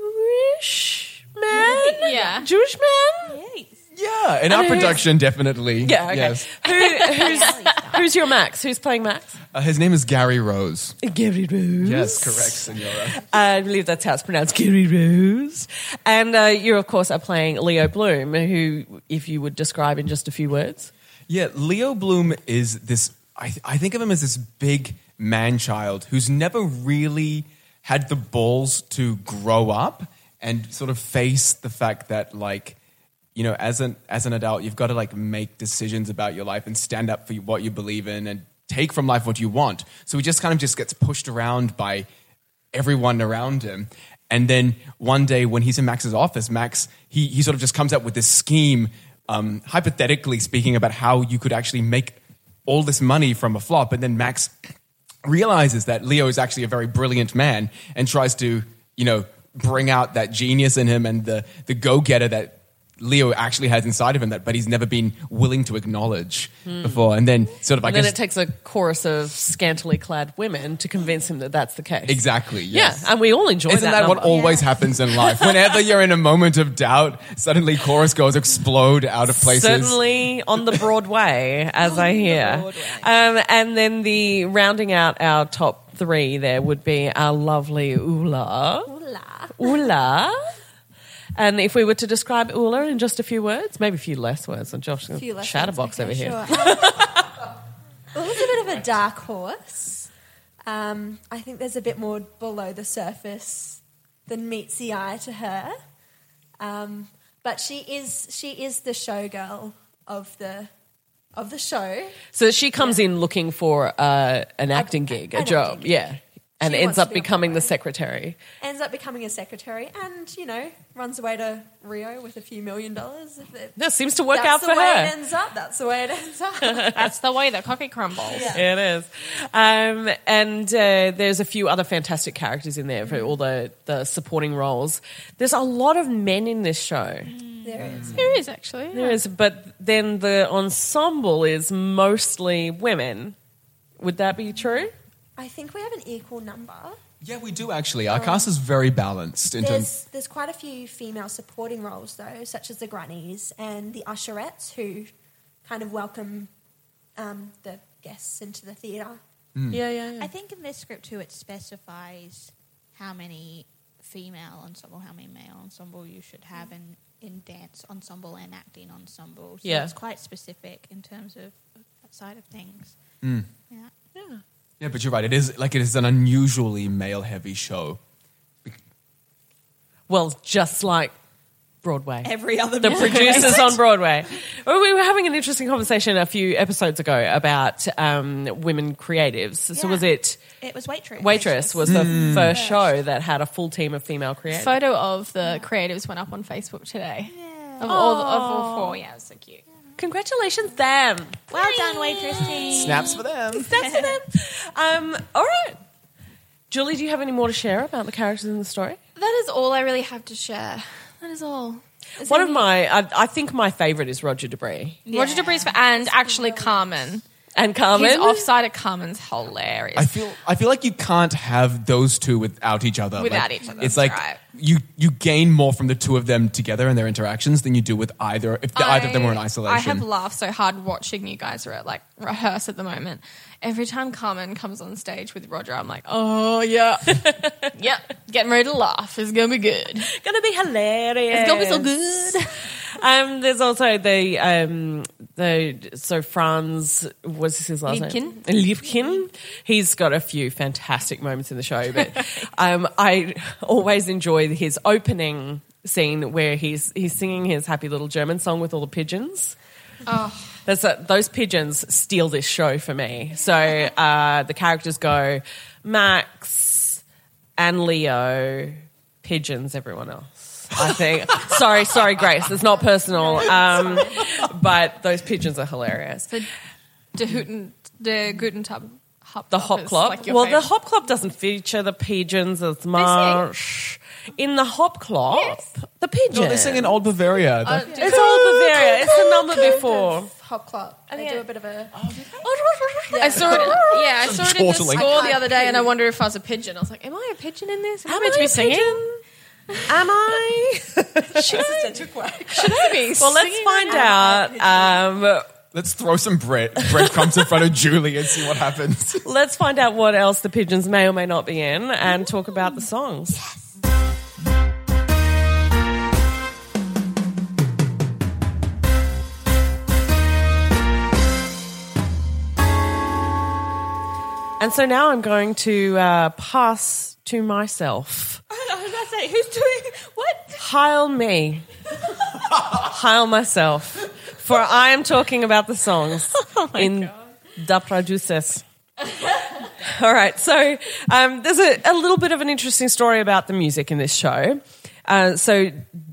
A: Jewish man,
B: Yeah.
A: Jewish man,
C: Yeah, in our
A: who's-
C: production, definitely.
A: yeah, okay.
C: Yes.
A: Who, who's who's your Max? Who's playing Max?
C: Uh, his name is Gary Rose.
A: Gary Rose.
C: Yes, correct, Senora.
A: I believe that's how it's pronounced, Gary Rose. And uh, you, of course, are playing Leo Bloom, who, if you would describe in just a few words,
C: yeah, Leo Bloom is this. I, I think of him as this big man child who's never really had the balls to grow up and sort of face the fact that, like, you know, as an as an adult, you've got to like make decisions about your life and stand up for what you believe in and take from life what you want. So he just kind of just gets pushed around by everyone around him. And then one day when he's in Max's office, Max, he, he sort of just comes up with this scheme, um, hypothetically speaking, about how you could actually make all this money from a flop. And then Max realizes that Leo is actually a very brilliant man and tries to, you know, bring out that genius in him and the, the go getter that Leo actually has inside of him that, but he's never been willing to acknowledge before. And then sort of, I
A: Hmm. and then
C: guess,
A: it takes a chorus of scantily clad women to convince him that that's the case.
C: exactly. Yes.
A: Yeah, and we all enjoy
C: Isn't that, what
A: number.
C: always happens in life? Whenever you're in a moment of doubt, suddenly chorus girls explode out of places.
A: Certainly on the Broadway, as I hear.
E: Broadway.
A: Um, and then the rounding out our top three there would be our lovely Ula.
D: la.
A: Ula. And if we were to describe Ula in just a few words, maybe a few less words, and Josh
D: few lessons.
A: chatterbox
D: Okay,
A: over here.
D: sure. well, it's a bit of a dark horse. Um, I think there's a bit more below the surface than meets the eye to her. Um, but she is she is the showgirl of the of the show.
A: So she comes in looking for uh, an acting gig, a
D: an
A: job,
D: acting
A: yeah, and
D: She
A: ends
D: wants to
A: up
D: be on
A: becoming the
D: Broadway.
A: secretary.
D: Ends up becoming a secretary and, you know, runs away to Rio with a few million dollars. If it-
A: That seems to work
D: that's
A: out
D: the
A: for
D: way
A: her.
D: it ends up. That's the way it ends up.
B: That's the way the cookie crumbles.
A: It is. Um, and uh, there's a few other fantastic characters in there for
D: Mm-hmm.
A: all the, the supporting roles. There's a lot of men in this show.
D: there it is.
E: There is actually.
A: There is, but then the ensemble is mostly women. Would that be true?
D: I think we have an equal number.
C: Yeah, we do actually. Our cast is very balanced in terms.
D: There's there's quite a few female supporting roles though, such as the grannies and the usherettes who kind of welcome um, the guests into the theatre.
A: Yeah, yeah, yeah.
E: I think in this script too, it specifies how many female ensemble, how many male ensemble you should have in, in dance ensemble and acting ensemble. So
A: Yeah.
E: it's quite specific in terms of that side of things. Yeah.
C: Yeah, but you're right. It is like it is an unusually male-heavy show.
A: Well, just like Broadway.
E: Every other
A: the producers on Broadway. Well, we were having an interesting conversation a few episodes ago about um, women creatives. So
E: Yeah.
A: was it
E: It was waitress.
A: Waitress was the
C: Mm.
A: first show that had a full team of female creatives.
B: Photo of the creatives went up on Facebook today. Of all, of all four, yeah, it was so cute.
A: Congratulations, them.
E: Well done, waitress team.
C: Snaps for them.
A: That's them. Um, all right. Julie, do you have any more to share about the characters in the story?
B: That is all I really have to share. That is all.
A: One of my, I, I think my favourite is Roger Debris
B: Roger Debris and actually Carmen.
A: and Carmen.
B: His offside at Carmen's hilarious.
C: I feel. I feel like you can't have those two without each other.
B: Without
C: Like,
B: each other,
C: It's
B: that's
C: like
B: right.
C: you you gain more from the two of them together and their interactions than you do with either if the, either of them were in isolation.
B: I have laughed so hard watching you guys re- like rehearse at the moment. Every time Carmen comes on stage with Roger, I'm like, oh yeah, yep, getting ready to laugh. It's gonna be good. It's
A: gonna be hilarious.
B: gonna be so good.
A: Um, there's also the um, the so Franz what's his last name? Lipkin. He's got a few fantastic moments in the show, but um, I always enjoy his opening scene where he's he's singing his happy little German song with all the pigeons. That's a, those pigeons steal this show for me. So uh, the characters go Max and Leo, pigeons, everyone else. I think. sorry, sorry, Grace. It's not personal. Um, but those pigeons are hilarious.
B: De Hooten, de Guten Tub, Hop
A: The
B: Tub
A: Hop
B: is,
A: Club.
B: like, your
A: well, the
B: favourite.
A: Hop Club doesn't feature the pigeons as much. In the Hop Club, the pigeons.
C: No, they sing in Old Bavaria.
B: Uh, do-
A: it's all Bavaria. It's the number before. Oh,
D: Hop club. They do a bit of a.
B: Oh, I saw it. Yeah, I saw it in the
C: Chortling.
B: score the other day, and I wondered if I was a pigeon. I was like, "Am I a pigeon in this? Am, I meant to be singing?
A: Am I?
B: Should I be?"
A: Well, let's find out. Um,
C: Let's throw some bread breadcrumbs in front of Julie and see what happens.
A: let's find out what else the pigeons may or may not be in, and talk about the songs. And so now I'm going to uh, pass to myself.
E: I was about to say, who's doing what?
A: Heil me. Heil myself. For I am talking about the songs
B: Oh
A: in Da Produces. All right, so um, there's a, a little bit of an interesting story about the music in this show. Uh, so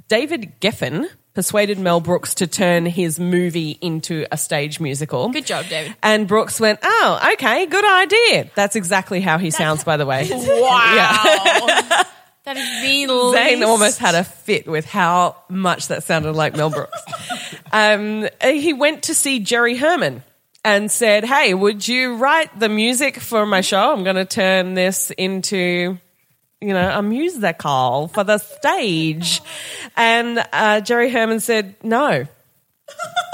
A: David Geffen persuaded Mel Brooks to turn his movie into a stage musical.
B: Good job, David.
A: And Brooks went, "Oh, okay, good idea." That's exactly how he sounds, by the way.
B: Wow,
A: Yeah.
B: that is the
A: Zane
B: least-
A: almost had a fit with how much that sounded like Mel Brooks. um, he went to see Jerry Herman and said, Hey, would you write the music for my show? I'm going to turn this into. You know, a musical for the stage. And uh, Jerry Herman said, No.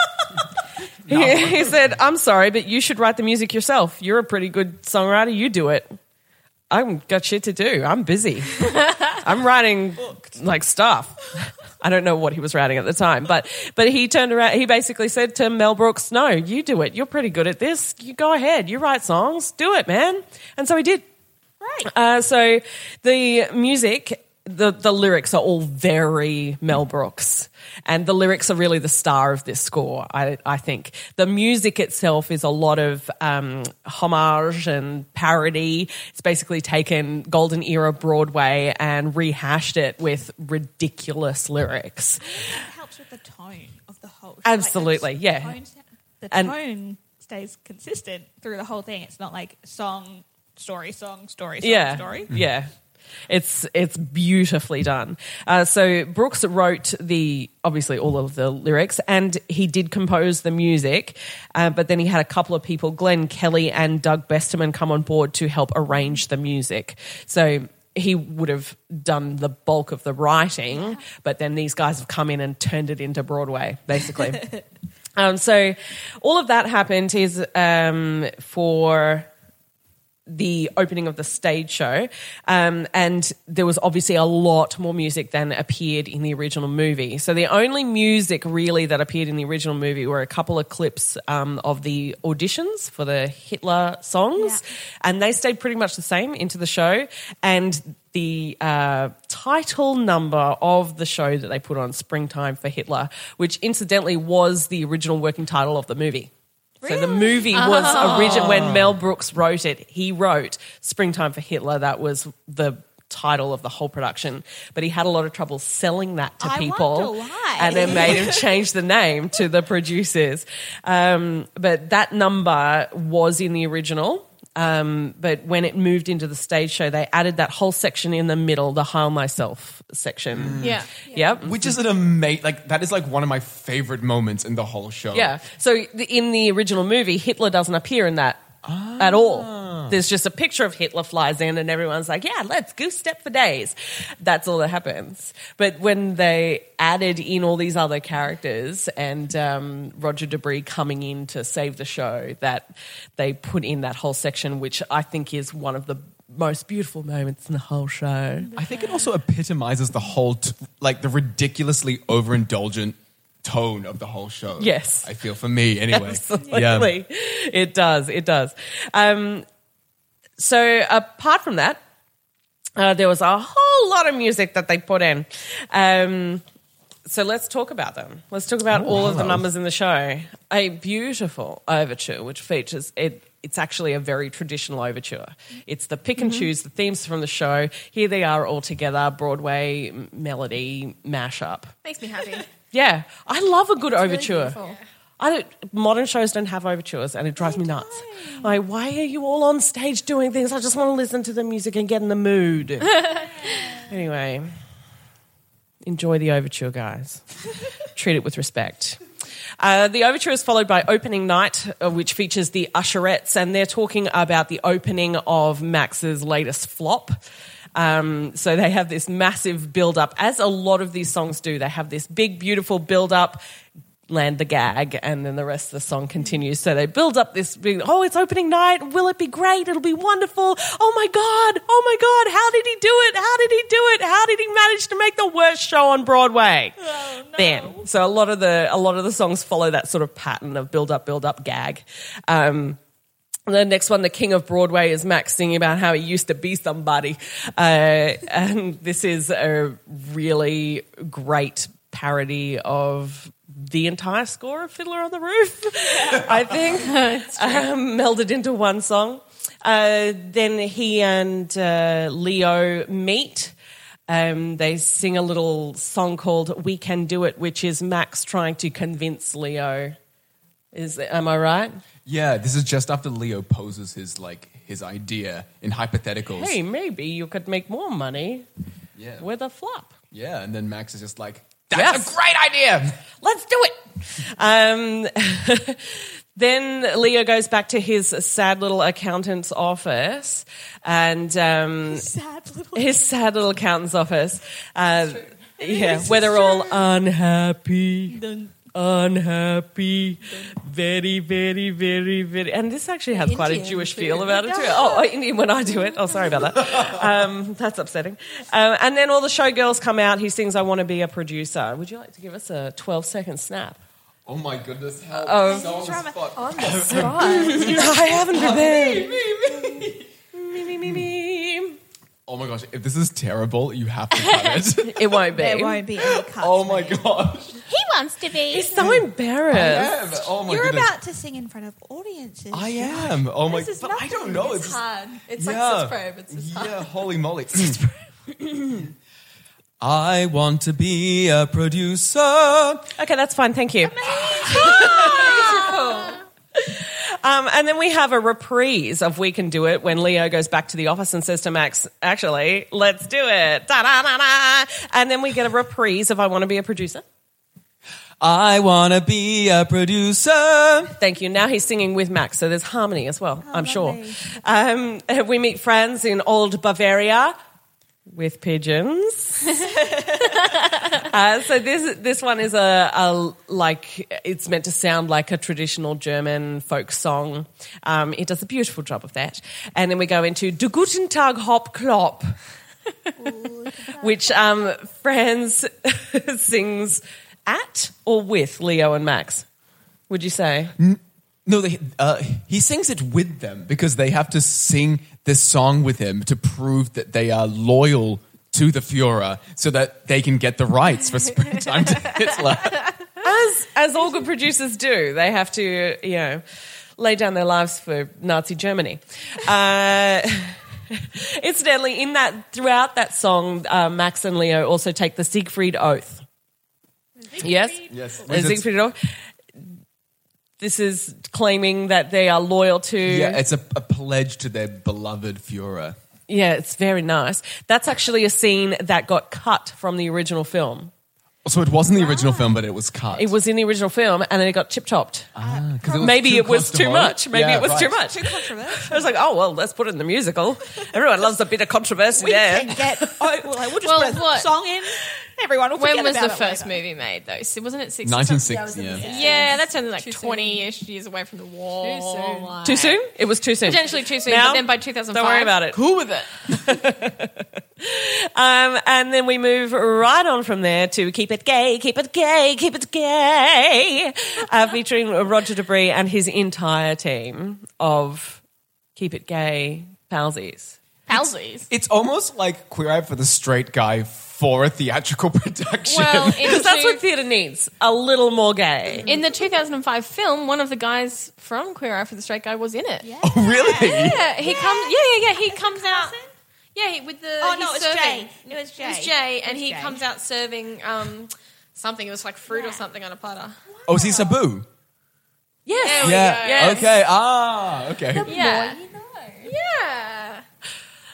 A: he, he said, I'm sorry, but you should write the music yourself. You're a pretty good songwriter. You do it. I've got shit to do. I'm busy. I'm writing like stuff. I don't know what he was writing at the time, but but he turned around. He basically said to Mel Brooks, "No, you do it. You're pretty good at this. You go ahead. You write songs. Do it, man." And so he did.
E: Right.
A: Uh, so the music, the, the lyrics are all very Mel Brooks. And the lyrics are really the star of this score, I, I think. The music itself is a lot of um, homage and parody. It's basically taken Golden Era Broadway and rehashed it with ridiculous lyrics.
E: It helps with the tone of the whole. show.
A: Absolutely,
E: the
A: yeah.
E: tone sa- the
A: And-
E: tone stays consistent through the whole thing. It's not like song, story, song, story, song,
A: yeah,
E: story.
A: Yeah. It's it's beautifully done. Uh, so Brooks wrote the obviously all of the lyrics, and he did compose the music. Uh, but then he had a couple of people, Glenn Kelly and Doug Besterman, come on board to help arrange the music. So he would have done the bulk of the writing, but then these guys have come in and turned it into Broadway, basically. um, so all of that happened is um, for the opening of the stage show, um, and there was obviously a lot more music than appeared in the original movie. So the only music really that appeared in the original movie were a couple of clips um, of the auditions for the Hitler songs, and they stayed pretty much the same into the show. And the uh, title number of the show that they put on, Springtime for Hitler, which incidentally was the original working title of the movie. So the movie was
E: Oh.
A: original when Mel Brooks wrote it. He wrote "Springtime for Hitler." That was the title of the whole production, but he had a lot of trouble selling that to
E: I
A: people,
E: wonder why.
A: and it made him change the name to the producers. Um, but that number was in the original. Um, but when it moved into the stage show, they added that whole section in the middle, the "Heil Myself" section.
B: Yeah.
A: Yep.
C: Which is an amazing, like, that is like one of my favorite moments in the whole show.
A: Yeah. So the, in the original movie, Hitler doesn't appear in that at all. There's just a picture of Hitler flies in, and everyone's like, "Yeah, let's goose step for days." That's all that happens. But when they added in all these other characters and um, Roger Debris coming in to save the show, that they put in that whole section, which I think is one of the most beautiful moments in the whole show.
C: I think it also epitomizes the whole, t- like, the ridiculously overindulgent tone of the whole show.
A: Yes.
C: I feel for me, anyway.
A: Absolutely. It does. It does. Um, so, apart from that, uh, there was a whole lot of music that they put in. Um, so, let's talk about them. Let's talk about all of the
C: hello.
A: numbers in the show. A beautiful overture, which features it. It's actually a very traditional overture. It's the pick and choose, the themes from the show. Here they are all together, Broadway m- melody mashup.
B: makes me happy.
A: Yeah, I love a good
D: really
A: overture.
D: beautiful.
A: I don't, modern shows don't have overtures, and it drives me nuts. Like, why are you all on stage doing things? I just want to listen to the music and get in the mood. anyway, enjoy the overture, guys. Treat it with respect. Uh, the overture is followed by opening night, uh, which features the Usherettes, and they're talking about the opening of Max's latest flop. Um, so they have this massive build up, as a lot of these songs do. They have this big, beautiful build up, land the gag, and then the rest of the song continues. So they build up this big, oh, it's opening night. Will it be great? It'll be wonderful. Oh my God. Oh my God. How did he do it? How did he do it? How did he manage to make the worst show on Broadway? Bam. So a lot of the, a lot of the songs follow that sort of pattern of build up, build up, gag. Um, the next one, the King of Broadway, is Max singing about how he used to be somebody. Uh, and this is a really great parody of the entire score of Fiddler on the Roof, I think, um, melded into one song. Uh, then he and uh, Leo meet. Um, they sing a little song called We Can Do It, which is Max trying to convince Leo. Is, am I right?
C: Yeah, this is just after Leo poses his like his idea in hypotheticals.
A: hey, maybe you could make more money
C: Yeah.
A: with a flop.
C: Yeah, and then Max is just like, "That's
A: Yes.
C: a great idea."
A: Let's do it. Um, then Leo goes back to his sad little accountant's office and um,
D: Sad little.
A: his sad little accountant's office. Uh, yeah, where they're all unhappy. Unhappy, very, very, very, very, and this actually has quite a
D: Indian
A: Jewish
D: too.
A: feel about it too. Oh, Indian when I do it. Oh, sorry about that. Um, that's upsetting. Um, and then all the showgirls come out. He sings, "I want to be a producer." Would you like to give us a twelve-second snap?
C: Oh my goodness! How
A: Oh.
C: so on the
E: Drama.
C: spot.
D: On the spot.
A: I haven't prepared.
C: Oh my gosh! If this is terrible, you have to cut it.
A: It won't be.
E: There won't be any cuts.
C: oh my gosh!
E: He wants to be.
A: It's so embarrassed.
C: Yeah, but- oh my
E: You're
C: goodness!
E: about to sing in front of audiences.
C: I am. Oh my!
D: This is
C: But I
D: nothing.
C: don't know.
D: It's
C: just-
D: hard. It's
C: Yeah.
D: like probe. It's just hard.
C: Yeah, holy moly. I want to be a producer.
A: Okay, that's fine. Thank you. Um, and then we have a reprise of We Can Do It when Leo goes back to the office and says to Max, actually, let's do it. Da-da-da-da. And then we get a reprise of I Want to Be a Producer.
C: I want to be a producer.
A: Thank you. Now he's singing with Max, so there's harmony as well, I'm sure. Um, we meet friends in old Bavaria with pigeons. uh, so this this one is a, a like it's meant to sound like a traditional German folk song. Um, it does a beautiful job of that. And then we go into Du guten Tag Hop Klop, which um, Franz sings at or with Leo and Max. Would you say?
C: No, they, uh, he sings it with them because they have to sing this song with him to prove that they are loyal to the Fuhrer so that they can get the rights for springtime to Hitler.
A: as as all good producers do, they have to you know lay down their lives for Nazi Germany. Uh, incidentally, in that throughout that song, uh, Max and Leo also take the Siegfried oath. Yes,
C: Yes.
A: the Siegfried oath. This is claiming that they are loyal to.
C: Yeah, it's a, a pledge to their beloved Fuhrer.
A: yeah, it's very nice. That's actually a scene that got cut from the original film.
C: So it wasn't the original film, but it was cut.
A: Ah. It was in the original film, and then it got chip topped.
C: Ah, 'cause was
A: Maybe
C: too
A: it was
C: close to
A: too
C: home.
A: much. Maybe
C: Yeah,
A: it was
C: right.
A: too much.
E: Too controversial.
A: I was like, oh well, let's put it in the musical. Everyone loves a bit of controversy
E: We
A: there.
E: can get. Oh, well, I will just
B: Well,
E: put a
B: what-
E: song in. Everyone will
B: When
E: forget
B: was the
E: about it
B: first
E: later.
B: movie made though? So wasn't it 60
C: 1960. Yeah.
B: Yeah, that's only like
D: Too soon.
B: 20-ish years away from the war.
D: soon.
B: Like-
A: Too soon? It was too soon.
B: Potentially too soon,
A: Now,
B: but then by 2005.
A: Don't worry about it.
B: Cool with it.
A: Um, and then we move right on from there to Keep It Gay, Keep It Gay, Keep It Gay, uh, featuring Roger Debris and his entire team of Keep It Gay palsies.
B: Palsies.
C: It's almost like Queer Eye for the Straight Guy for a theatrical production.
B: Well, in,
A: Because that's what
B: two,
A: theatre needs a little more gay.
B: in the 2005 film, one of the guys from Queer Eye for the Straight Guy was in it.
C: oh, really?
B: Yeah, he comes. Yeah, yeah, yeah. He comes out. Yeah, he- with the.
E: Oh
B: he's
E: no, it was
B: serving.
E: Jay. It was Jay.
B: It was Jay, and he
E: Jay.
B: comes out serving um, something. It was like fruit or something on a platter.
C: Oh, is he Sabu?
B: Yes.
C: Yeah.
B: Yes.
C: Okay. Ah. Okay.
B: Yeah.
E: Yeah.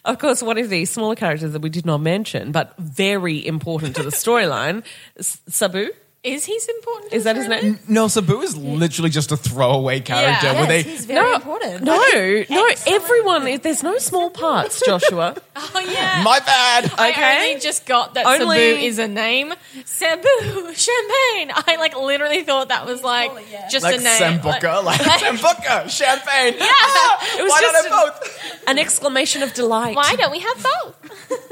A: Of course, one of the smaller characters that we did not mention, but very important to the storyline, S- Sabu.
B: Is he important? to
A: Is
B: the
A: that his
B: storyline?
A: name?
C: No, Sabu is literally just a throwaway character.
B: Yeah.
C: where
D: Yes,
C: they
D: he's very
A: no,
D: important.
A: No, no,
D: Hex.
A: everyone. There's no small parts, Joshua.
B: Oh yeah.
C: my bad.
B: I
A: Okay.
B: only just got that
A: Only-
B: Sabu is a name. Sabu champagne. I like literally thought that was like
D: Holy, yeah.
B: just
C: like
B: a name. Like-
C: Sambuca, like Sambuca, champagne. Yeah,
A: It was
C: why
A: just
C: not have both?
A: an exclamation of delight.
B: why don't we have both?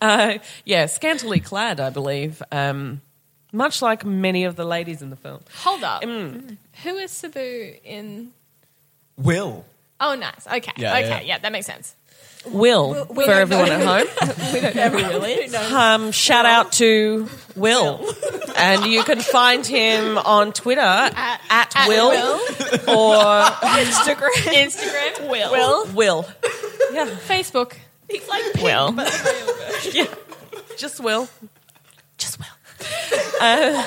A: Uh, yeah, scantily clad, I believe. Um, much like many of the ladies in the film.
B: Hold up.
C: Mm.
B: Who is Sabu in?
C: Will.
B: Oh, nice. Okay.
C: Yeah,
B: okay.
C: yeah.
B: Yeah. that makes sense.
A: Will,
D: we
A: for
D: don't
A: everyone
D: know.
A: at home.
D: we don't know really. no.
A: Um, shout out to Will. and you can find him on Twitter at, Will, or
B: Instagram. Instagram. Will.
A: Will. Yeah,
B: Facebook.
E: He's like
A: Will. yeah, just Will. Just Will. Uh,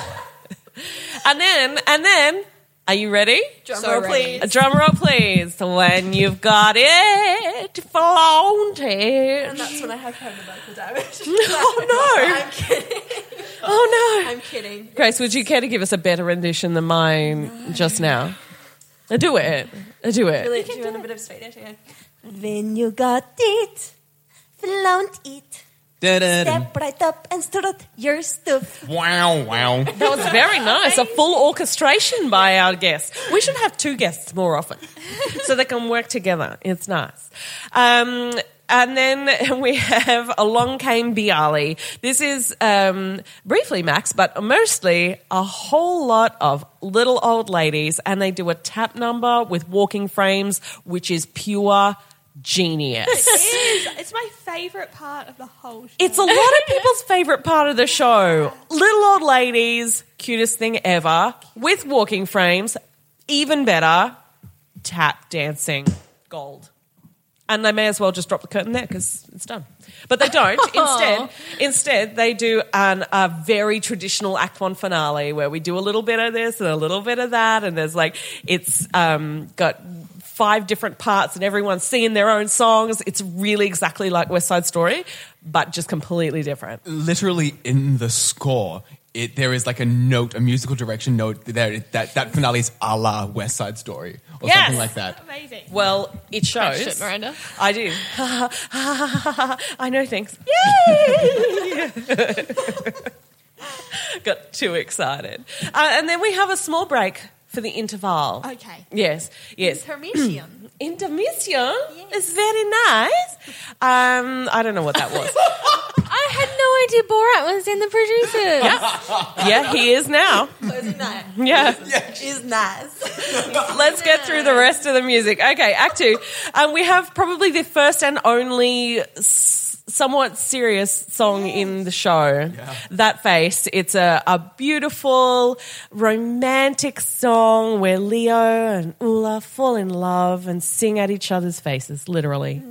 A: and then, and then, are you ready?
D: Drum
E: So
D: roll,
E: ready.
D: please.
A: A drum roll, please. When you've got it, flaunted.
D: And that's when I have chronological damage.
A: no.
D: I'm kidding.
A: Oh no!
D: I'm kidding.
A: Grace, would you care to give us a better rendition than mine just now? Uh, Do it. Uh, Do it.
D: Really, do you want a bit of Swedish? Okay. When you got it, flaunt it.
C: Da-da-dum.
D: Step right up and strut your stuff.
C: Wow, wow.
A: That was very nice. A full orchestration by our guest. We should have two guests more often so they can work together. It's nice. Um, and then we have Along Came Bialy. This is um, briefly Max, but mostly a whole lot of little old ladies, and they do a tap number with walking frames, which is pure genius.
E: It is. It's my favorite part of the whole show.
A: It's a lot of people's favorite part of the show. Little old ladies, cutest thing ever, with walking frames, even better, tap dancing, gold. And they may as well just drop the curtain there because it's done. But they don't. instead, instead they do an, a very traditional Act One finale where we do a little bit of this and a little bit of that, and there's like it's um, got five different parts, and everyone's singing their own songs. It's really exactly like West Side Story, but just completely different.
C: Literally in the score, it, there is like a note, a musical direction note there. That that finale is a la West Side Story or
A: Yes.
C: something like that.
E: amazing.
A: Well, it shows.
B: Shit, Miranda.
A: I do. I know things. Yay! Got too excited. Uh, and then we have a small break for the interval.
E: Okay.
A: Yes, yes.
E: Hermetium.
A: Intermission is very nice. Um, I don't know what that was.
B: I had no idea Borat was in the producers.
A: yeah, he is now.
D: Closing that
A: Yeah.
D: is nice.
A: Let's get through the rest of the music. Okay, Act Two. Um, we have probably the first and only s- somewhat serious song in the show. That Face. It's a, a beautiful, romantic song where Leo and Ula fall in love and sing at each other's faces, literally.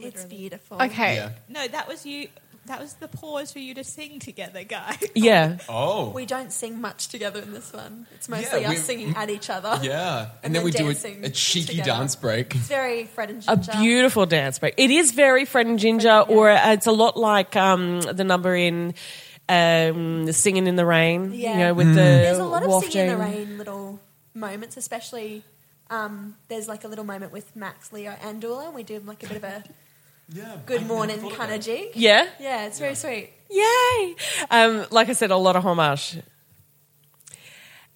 D: It's beautiful.
B: Okay.
C: Yeah.
E: No, that was you. That was the pause for you to sing together, guys.
A: Yeah.
C: Oh.
D: We don't sing much together in this one. It's mostly
C: Yeah,
D: us
C: we-
D: singing at each other.
C: yeah.
D: And
C: And, then
D: then
C: we do
D: dancing
C: a, a cheeky
D: together.
C: dance break.
D: It's very Fred and
A: a
D: Ginger.
A: beautiful dance break. It is very Fred and Ginger, or uh, it's a lot like um, the number in um, Singing in the Rain.
D: Yeah.
A: You know, with the
D: There's a lot of singing in the
A: wafting.
D: rain little moments, especially um, there's like a little moment with Max, Leo, and Dula, and we do like a bit of a
C: Yeah.
D: good morning kind of jig.
A: Yeah.
D: Yeah, it's very sweet.
A: Yay! Um, like I said, a lot of homage.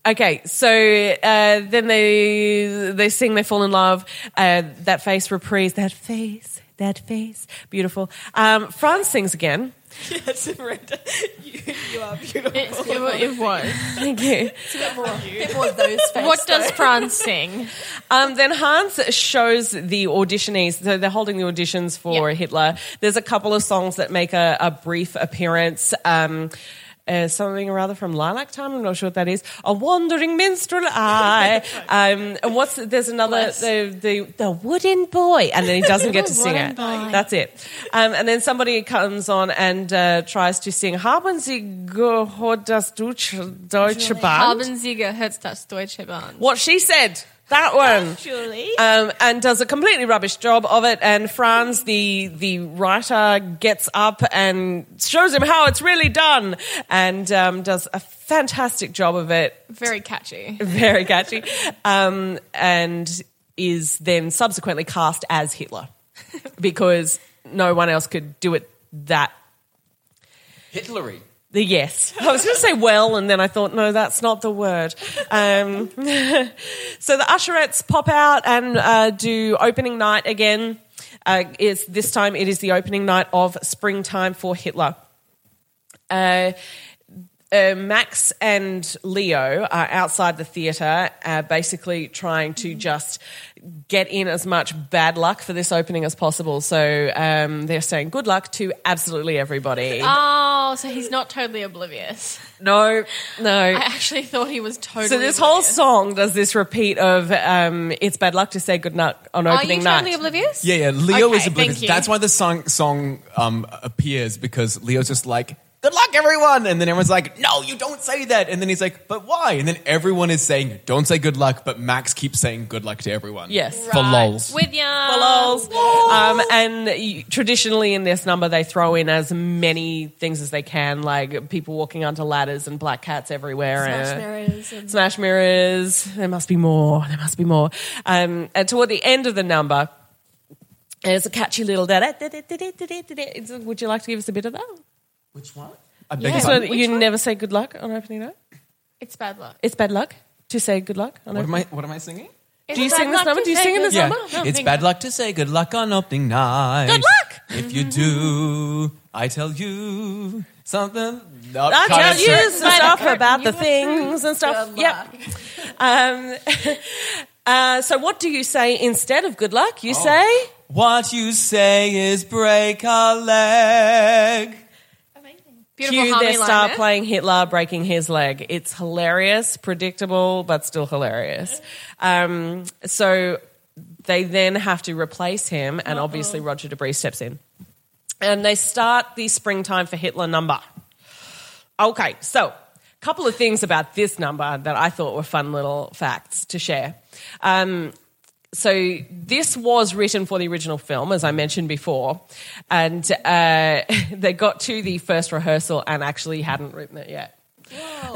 A: Okay, so uh, then they they sing, they fall in love. Uh, that face reprise, that face, that face, beautiful. Um, Franz sings again.
E: yes, Miranda, you, you are beautiful.
B: It, it, it was.
A: Thank you.
D: It's a bit more, bit more of those faces.
B: What does Franz sing?
A: Um, then Hans shows the auditionees. So they're holding the auditions for
B: Yeah.
A: Hitler. There's a couple of songs that make a, a brief appearance. Um, uh, something or other from Lilac Time. I'm not sure what that is. A wandering minstrel eye. Um, and what's there's another the, the the wooden boy, and then he doesn't get to sing it. That's it. Um, and then somebody comes on and uh, tries to sing Haben Sie gehört das Deutsche Deutsche Band?
B: Haben Sie gehört das Deutsche Bahn?
A: What she said. That one
E: Julie.
A: um, and does a completely rubbish job of it. And Franz, the the writer, gets up and shows him how it's really done, and um, does a fantastic job of it.
B: Very catchy.
A: Very catchy, um, and is then subsequently cast as Hitler because no one else could do it that
C: Hitlery.
A: the yes. I was going to say well, and then I thought, no, that's not the word. Um, so the usherettes pop out and uh, do opening night again. Uh, is this time it is the opening night of springtime for Hitler. Uh, uh, Max and Leo are outside the theatre, uh, basically trying to just get in as much bad luck for this opening as possible. So um, they're saying good luck to absolutely everybody.
B: Oh, so he's not totally oblivious.
A: no, no.
B: I actually thought he was totally.
A: So this whole
B: oblivious.
A: song does this repeat of um, "It's bad luck to say good night on
B: Are you
A: opening night."
B: totally oblivious?
C: Yeah, yeah. Leo
B: Okay,
C: is oblivious.
B: thank you.
C: That's why the song song um, appears because Leo's just like, "Good luck, everyone," and then everyone's like, "No, you don't say that." And then he's like, "But why?" And then everyone is saying, "Don't say good luck," but Max keeps saying "good luck" to everyone.
A: Yes.
C: for lols.
B: With ya.
A: For lols. Um, and y- traditionally in this number, they throw in as many things as they can, like people walking onto ladders and black cats everywhere.
D: Smash
A: and-
D: mirrors and-
A: Smash mirrors. There must be more. There must be more. Um, and toward the end of the number, there's a catchy little da da da da da da da da. It's- Would you like to give us a bit of that?
C: Which one? I beg your
A: So
C: pardon.
A: that you never say good luck on opening night.
B: It's bad luck.
A: It's bad luck to say good luck on
C: What
A: opening
C: am I? What am I singing?
B: It's
A: Do you
B: bad
A: sing this
B: luck
A: number?
B: to
A: Do you
B: say
A: sing in
B: good
A: this
B: luck.
C: Yeah,
A: number? No,
C: it's
B: thank
C: bad luck to say good luck on opening night. Good luck. If you do, I tell you something. No,
A: I
C: can't
A: tell
C: answer
A: you
C: it.
A: some stuff about the things and stuff. Yep. Um, uh, so, what do you say instead of good luck?
C: Oh.
A: You say
C: What you say is break a leg.
B: Beautiful
A: cue
B: harmony
A: their star
B: line there.
A: playing Hitler breaking his leg. It's hilarious, predictable, but still hilarious. Um, so they then have to replace him, and obviously Roger Debris steps in. And they start the springtime for Hitler number. Okay, so a couple of things about this number that I thought were fun little facts to share. Um, so this was written for the original film, as I mentioned before, and uh, they got to the first rehearsal and actually hadn't written it yet.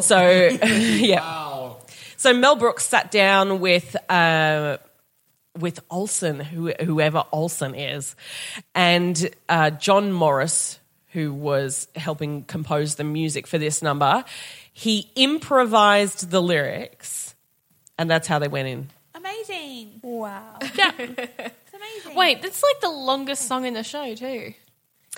A: So yeah. So Mel Brooks sat down with uh, with Olson, who, whoever Olson is, and uh, John Morris, who was helping compose the music for this number. He improvised the lyrics, and that's how they went in.
E: Amazing.
D: Wow.
E: It's amazing.
B: Wait, that's like the longest song in the show too.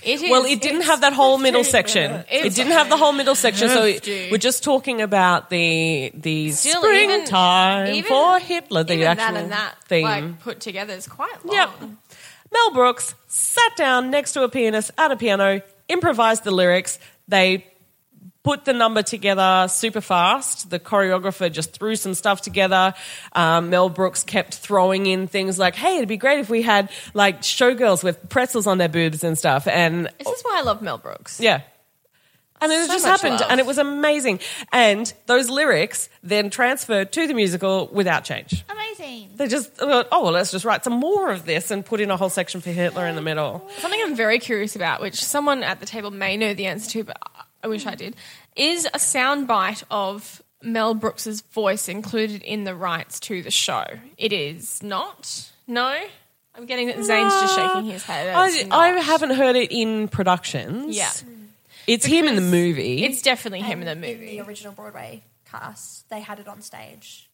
B: It is.
A: Well, it didn't have that whole middle section. It
B: It's
A: didn't have the whole middle section. So
B: Hefty.
A: we're just talking about the the
B: Still, even-
A: springtime
B: even-
A: for Hitler, the
B: even
A: actual
B: that and that
A: theme.
B: like oh. put together is quite long.
A: Yep. Mel Brooks sat down next to a pianist at a piano, improvised the lyrics. They put the number together super fast. The choreographer just threw some stuff together. Um, Mel Brooks kept throwing in things like, hey, it'd be great if we had like showgirls with pretzels on their boobs and stuff. And
B: This is why I love Mel Brooks.
A: yeah. And then it
B: So
A: just
B: much
A: happened,
B: love.
A: and it was amazing. And those lyrics then transferred to the musical without change.
E: Amazing.
A: They just thought, oh, well, let's just write some more of this and put in a whole section for Hitler in the middle.
B: Something I'm very curious about, which someone at the table may know the answer to, but I- I wish I did, is a soundbite of Mel Brooks's voice included in the rights to the show. It is not. No, I'm getting that Zane's just shaking his head.
A: I,
B: It's not.
A: I haven't heard it in productions.
B: Yeah,
A: It's him in the movie.
B: it's definitely him in the movie.
D: the original Broadway cast, they had it on stage.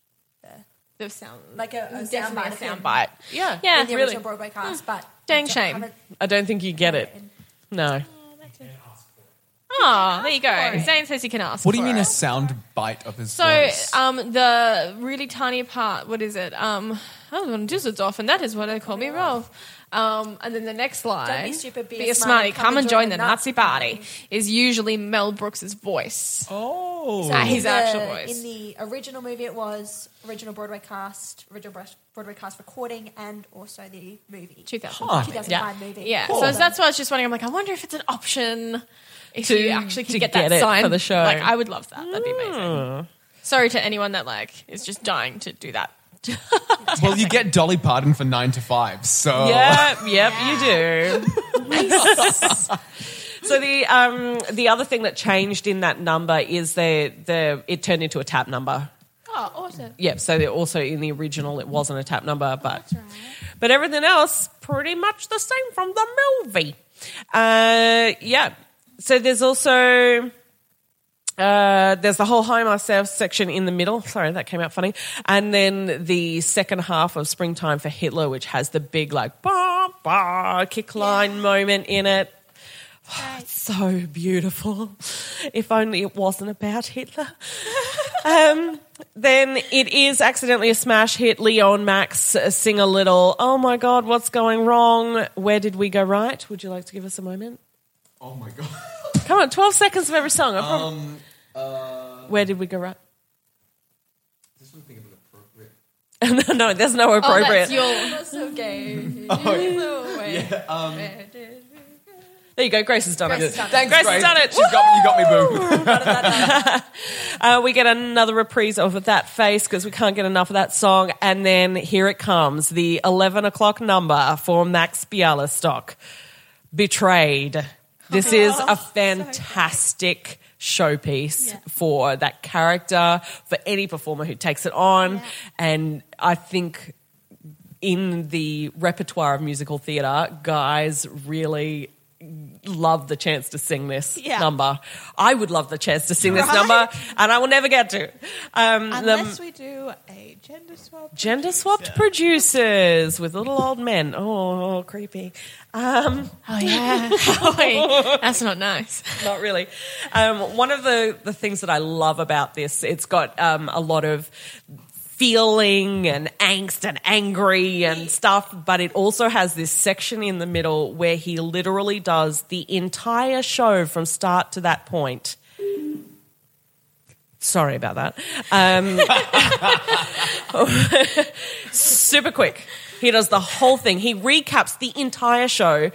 B: the sound,
D: Like a, a sound
B: definitely
D: bite.
B: a
D: of him
B: sound bite.
A: yeah.
B: Yeah,
D: in the
B: really. Hmm.
D: original Broadway cast, but they
B: Dang
D: just
B: shame.
D: haven't-
A: I don't think you get it. No.
B: Oh, there you go. Zane says you can ask.
C: What do you
B: for
C: mean
B: it.
C: a sound bite of his
B: So
C: voice.
A: uh,
B: um, the really tiny part, what is it? Um, I don't want to do this often. That is what I call me, Rolf. Um, and then the next line,
D: stupid, be a
B: smarty, come and join the Nazi party, is usually Mel Brooks's voice.
C: oh,
B: Ah, his
D: the,
B: actual voice.
D: In the original movie, it was original Broadway cast, original Bros- Broadway cast recording, and also the movie.
B: 2000.
C: Huh.
D: 2005
B: Yeah.
D: movie.
B: Yeah.
D: Cool.
B: So that's why I was just wondering. I'm like, I wonder if it's an option if
A: To-
B: you actually
A: to
B: can get
A: get
B: that
A: it
B: sign
A: for the show.
B: Like, I would love that. That'd be amazing. Sorry to anyone that like is just dying to do that.
C: well, you get Dolly Parton for nine to five.
B: Oh.
C: So
A: Yep, yep, you do. so the um, the other thing that changed in that number is the the it turned into a tap number.
E: Oh, awesome.
A: Yep. So they're also in the original, it wasn't a tap number, but but everything else pretty much the same from the movie. Uh, yeah. So there's also. Uh, there's the whole high myself section in the middle. Sorry, that came out funny. And then the second half of Springtime for Hitler, which has the big like bah bah kick line moment in it. It's so beautiful. If only it wasn't about Hitler. um, then it is accidentally a smash hit. Leon Max uh, sing a little. Oh my God, what's going wrong? Where did we go right? Would you like to give us a moment?
C: oh my god.
A: Come on, 12 seconds of every song. I promise. Where did we go right?
C: This would be appropriate.
A: no, no, there's no appropriate.
B: Oh, That's your
A: there you go. Grace has done it.
C: Thanks,
A: Grace has done it.
C: She's got, you got me, boo.
A: Uh, we get another reprise of that face because we can't get enough of that song. And then here it comes the 11 o'clock number for Max Bialystock Betrayed. This is a fantastic showpiece for that character, for any performer who takes it on. And I think in the repertoire of musical theatre, guys really love the chance to sing this
E: Yeah.
A: number. I would love the chance to sing this number, and I will never get to.
B: Mm,
A: Um, the
E: Unless we do a gender swap.
A: gender swapped producers with little old men. Oh, creepy. Um,
B: Oh yeah. Oi, that's not nice.
A: not really. Um, one of the, the things that I love about this, it's got um, a lot of feeling and angst and angry and stuff, but it also has this section in the middle where he literally does the entire show from start to that point. Sorry about that. Um, super quick. He does the whole thing. He recaps the entire show,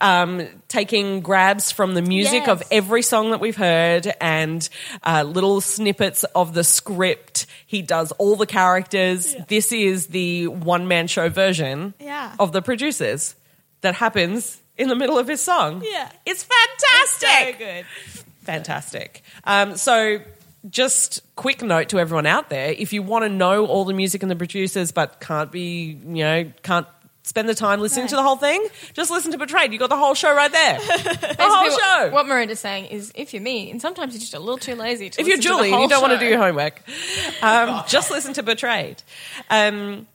A: um, taking grabs from the music of
D: Yes.
A: every song that we've heard and uh, little snippets of the script. He does all the characters. This is the one man show version
E: Yeah.
A: of the producers that happens in the middle of his song.
E: Yeah.
A: It's fantastic.
E: So good.
A: Fantastic. Um, so, just quick note to everyone out there: if you want to know all the music and the producers, but can't be, you know, can't spend the time listening to the whole thing, just listen to Betrayed. You got the whole show right there. the whole
B: Basically,
A: show.
B: What, what Miranda's saying is, if you're me, and sometimes you're just a little too lazy. To
A: if you're
B: listen to the
A: Julie and you
B: whole
A: don't want to
B: show.
A: do your homework, um, just listen to Betrayed. Um,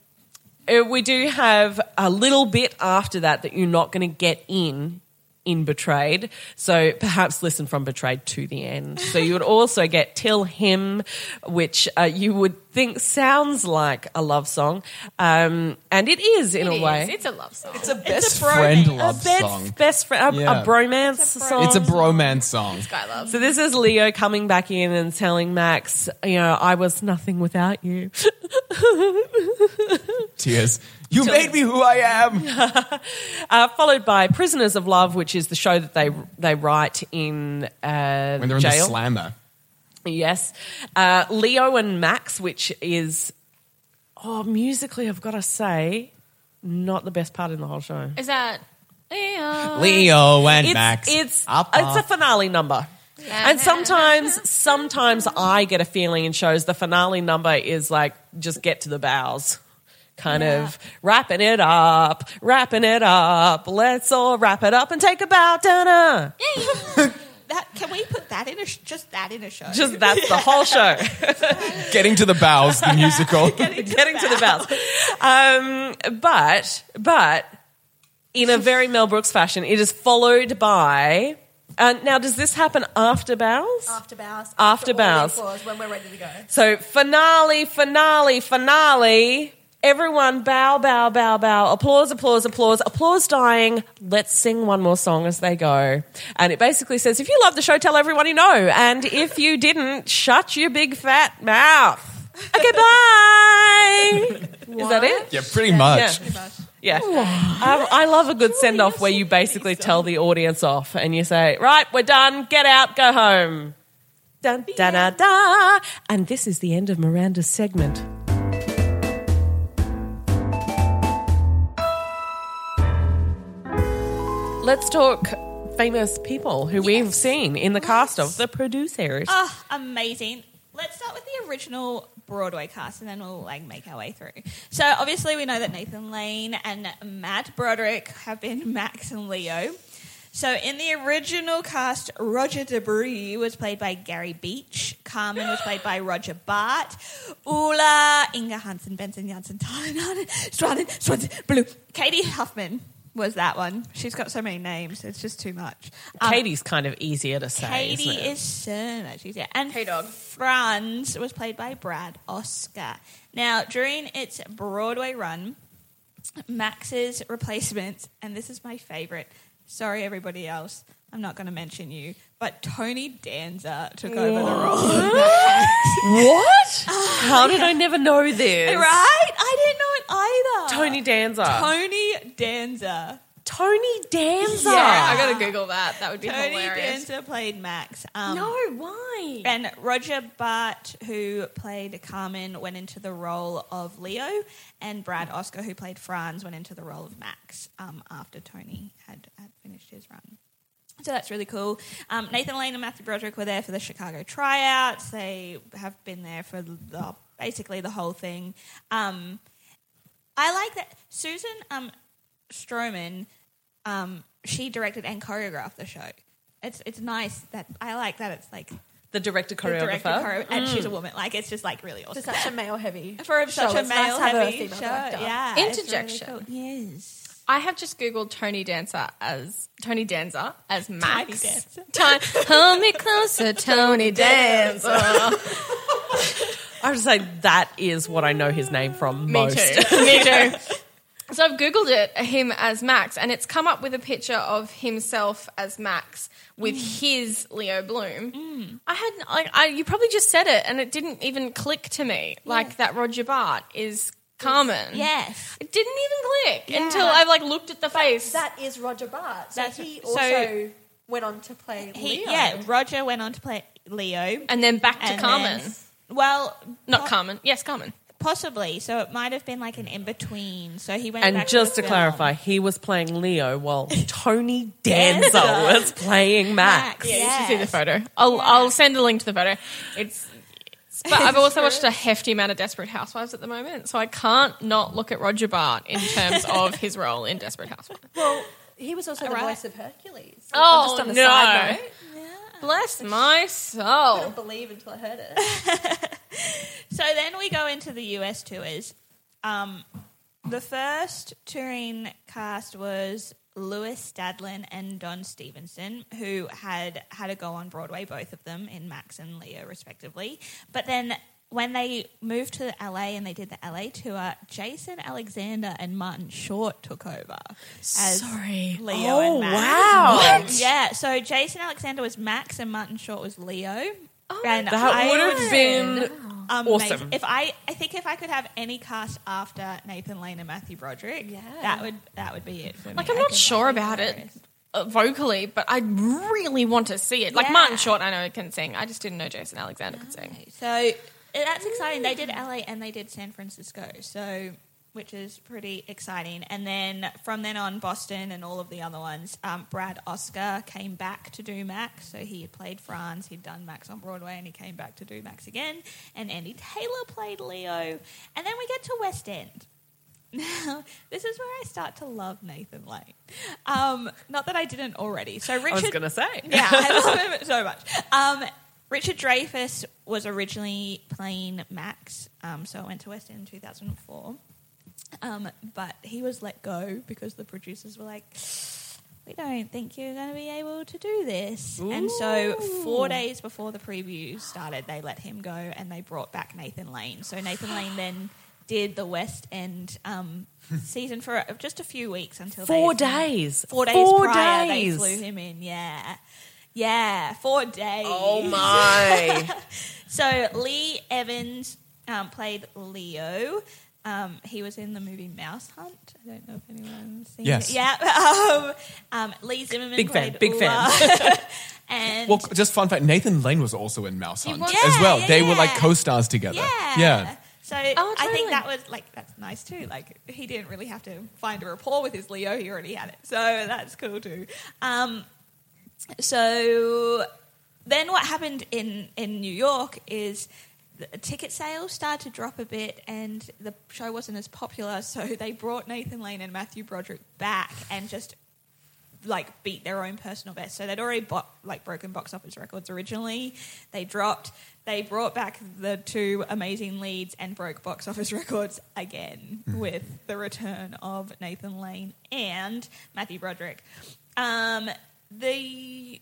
A: uh, we do have a little bit after that that you're not going to get in in Betrayed. So perhaps listen from Betrayed to the end. So you would also get Till Him, which uh, you would think sounds like a love song. Um, and it is in
B: It
A: a
B: is.
A: way.
B: it's a love song.
C: It's a best friend
A: a
C: love
A: best,
C: song.
A: best friend, a,
C: Yeah.
A: a bromance song.
C: It's a bromance song.
B: guy love.
A: So this is Leo coming back in and telling Max, you know, I was nothing without you.
C: Tears. You made me who I am.
A: Uh, followed by Prisoners of Love, which is the show that they they write in uh,
C: When they're in the
A: jail.
C: slammer.
A: yes, uh, Leo and Max, which is oh, musically, I've got to say, not the best part in the whole show.
B: Is that Leo?
C: Leo and
A: Uh, It's
C: Max.
A: it's
C: Up,
A: it's a
C: up.
A: finale number. And sometimes, sometimes I get a feeling in shows the finale number is like just get to the bows, kind of wrapping it up, wrapping it up. Let's all wrap it up and take a bow, da
E: That can we put that in a sh- just that in a show?
A: Just that's the whole show.
C: Getting to the bows, the musical.
A: getting to the bows. Um, but but in a very Mel Brooks fashion, it is followed by Uh, now, does this happen after bows?
D: After bows.
A: After
D: all the
A: bows.
D: fours, When we're ready to go.
A: So finale, finale, finale. Everyone bow, bow, bow, bow. Applause, applause, applause. Applause dying. Let's sing one more song as they go. And it basically says if you love the show, tell everyone you know. And if you didn't, shut your big fat mouth. Okay, bye. Is that it?
C: Yeah, pretty much.
A: Yeah. Yeah. Um, I love a good send off where you basically tell the audience off and you say, right, we're done, get out, go home. Dun, da, da, da. And this is the end of Miranda's segment. Let's talk famous people who we've seen in the cast of The Producers.
E: Oh, amazing. Let's start with the original Broadway cast and then we'll like make our way through. So obviously we know that Nathan Lane and Matt Broderick have been Max and Leo. So in the original cast, Roger Debris was played by Gary Beach. Carmen was played by Roger Bart. Ula, Inga Hansen, Benson, Janssen, Tyler, Stranen, Swanson, Blue. Katie Huffman was that one. She's got so many names, it's just too much. Um,
A: Katie's kind of easier to say.
E: Katie
A: isn't it?
E: is Serna. She's yeah. And hey, dog. Franz was played by Brad Oscar. Now, during its Broadway run, Max's replacement, and this is my favorite. Sorry, everybody else. I'm not going to mention you, but Tony Danza took over the role.
A: What? How did I never know this?
E: Right? I didn't know it either.
A: Tony Danza.
E: Tony Danza.
A: Tony Danza.
B: Yeah, I gotta Google that. That would be
E: Tony
B: hilarious.
E: Danza played Max. Um,
B: why?
E: And Roger Bart, who played Carmen, went into the role of Leo, and Brad Oscar, who played Franz, went into the role of Max um, after Tony had, had finished his run. So that's really cool. Um, Nathan Lane and Matthew Broderick were there for the Chicago tryouts. They have been there for the, basically the whole thing. Um, I like that Susan um, Stroman. Um, she directed and choreographed the show. It's it's nice that I like that. It's like
A: the director
E: the
A: choreographer. Mm.
E: director choreo- and she's a woman. Like it's just like really awesome
D: Just such a male heavy.
E: for such a
D: it's nice
E: male
D: to have a
E: heavy show.
D: female director.
E: Yeah, it's
B: Interjection.
E: really cool. Yes.
B: I have just googled Tony Dancer as Tony Danza as Max.
E: Dancer.
B: Ti- hold me closer, Tony Danza.
A: I would say that is what I know his name from most.
B: Me too. Me too. So I've googled it him as Max, and it's come up with a picture of himself as Max with his Leo Bloom. I had I, I you probably just said it, and it didn't even click to me. Like that Roger Bart is Carmen.
E: Yes.
B: it didn't even click until I like looked at the face.
D: That is Roger Bart. So
E: That's-
D: he
E: so-
D: also went on to play
E: He,
D: Leo.
E: yeah, Roger went on to play Leo.
B: and then back to
E: and
B: Carmen.
E: then- well,
B: Not
E: po-
B: Carmen. Yes, Carmen.
E: Possibly. So it might have been like an in between. So he went.
A: And
E: back
A: just to
E: the film.
A: clarify, he was playing Leo while Tony Danza was playing Max.
E: Max.
B: You should see the
E: Yes.
B: photo. I'll, I'll send a link to the photo. It's, it's- but I've also watched a hefty amount of Desperate Housewives at the moment, so I can't not look at Roger Bart in terms of his role in Desperate Housewives.
D: Well, he was also the
E: Alright.
D: voice of Hercules.
B: Oh,
D: just on the
B: no.
D: side note.
B: Bless my
D: I didn't
B: soul.
D: believe until I heard it.
E: So then we go into the US tours. Um, the first touring cast was Lewis Stadlin and Don Stevenson, who had had a go on Broadway, both of them in Max and Leo, respectively. But then when they moved to LA and they did the LA tour, Jason Alexander and Martin Short took over as Leo and Max.
A: Oh, wow.
E: Yeah, so Jason Alexander was Max and Martin Short was Leo. Oh, and
A: That
E: I
A: would
E: was
A: have been
E: amazing.
A: Awesome.
E: Um, If I, I think if I could have any cast after Nathan Lane and Matthew Broderick, that would that would be it for me.
B: Like, I'm
E: I
B: not
E: could
B: sure
E: not
B: about
E: do the
B: it
E: rest.
B: uh, vocally, but I really want to see it. Like,
E: Yeah.
B: Martin Short, I know, can sing. I just didn't know Jason Alexander could sing.
E: So uh, that's exciting. They did LA and they did San Francisco, so which is pretty exciting. And then from then on, Boston and all of the other ones. Um, Brad Oscar came back to do Max, so he had played Franz, he'd done Max on Broadway, and he came back to do Max again. And Andy Taylor played Leo, and then we get to West End. Now, this is where I start to love Nathan Lane. Um, not that I didn't already. So Richard,
A: I was gonna say.
E: yeah, I love him so much. Um, Richard Dreyfuss was originally playing Max, um, so I went to West End in 2004. Um, but he was let go because the producers were like, we don't think you're going to be able to do this. And so, four days before the preview started, they let him go and they brought back Nathan Lane. So, Nathan Lane then did the West End um, season for just a few weeks until
A: Four
E: they,
A: days.
E: Four days
A: Four
E: prior,
A: days.
E: they flew him in. Yeah. Yeah, four days.
A: Oh my.
E: So Lee Evans um, played Leo. Um, he was in the movie Mouse Hunt. I don't know if anyone's seen
C: Yes.
E: it. Yeah. Um, um, Lee Zimmerman
A: Big fan,
E: played
A: big fan.
E: Ula. and
C: Well, just fun fact: Nathan Lane was also in Mouse
B: He
C: Hunt
B: was.
C: as
E: Yeah,
C: well.
E: yeah,
C: they were like
E: yeah.
C: co-stars together.
E: yeah.
C: yeah.
E: So
B: Oh,
E: I think
B: totally.
E: that was like that's nice too. Like he didn't really have to find a rapport with his Leo. He already had it. So that's cool too. Um, so then what happened in, in New York is the ticket sales started to drop a bit and the show wasn't as popular, so they brought Nathan Lane and Matthew Broderick back and just like beat their own personal best. So they'd already bought like broken box office records originally. They dropped. They brought back the two amazing leads and broke box office records again with the return of Nathan Lane and Matthew Broderick. Um, the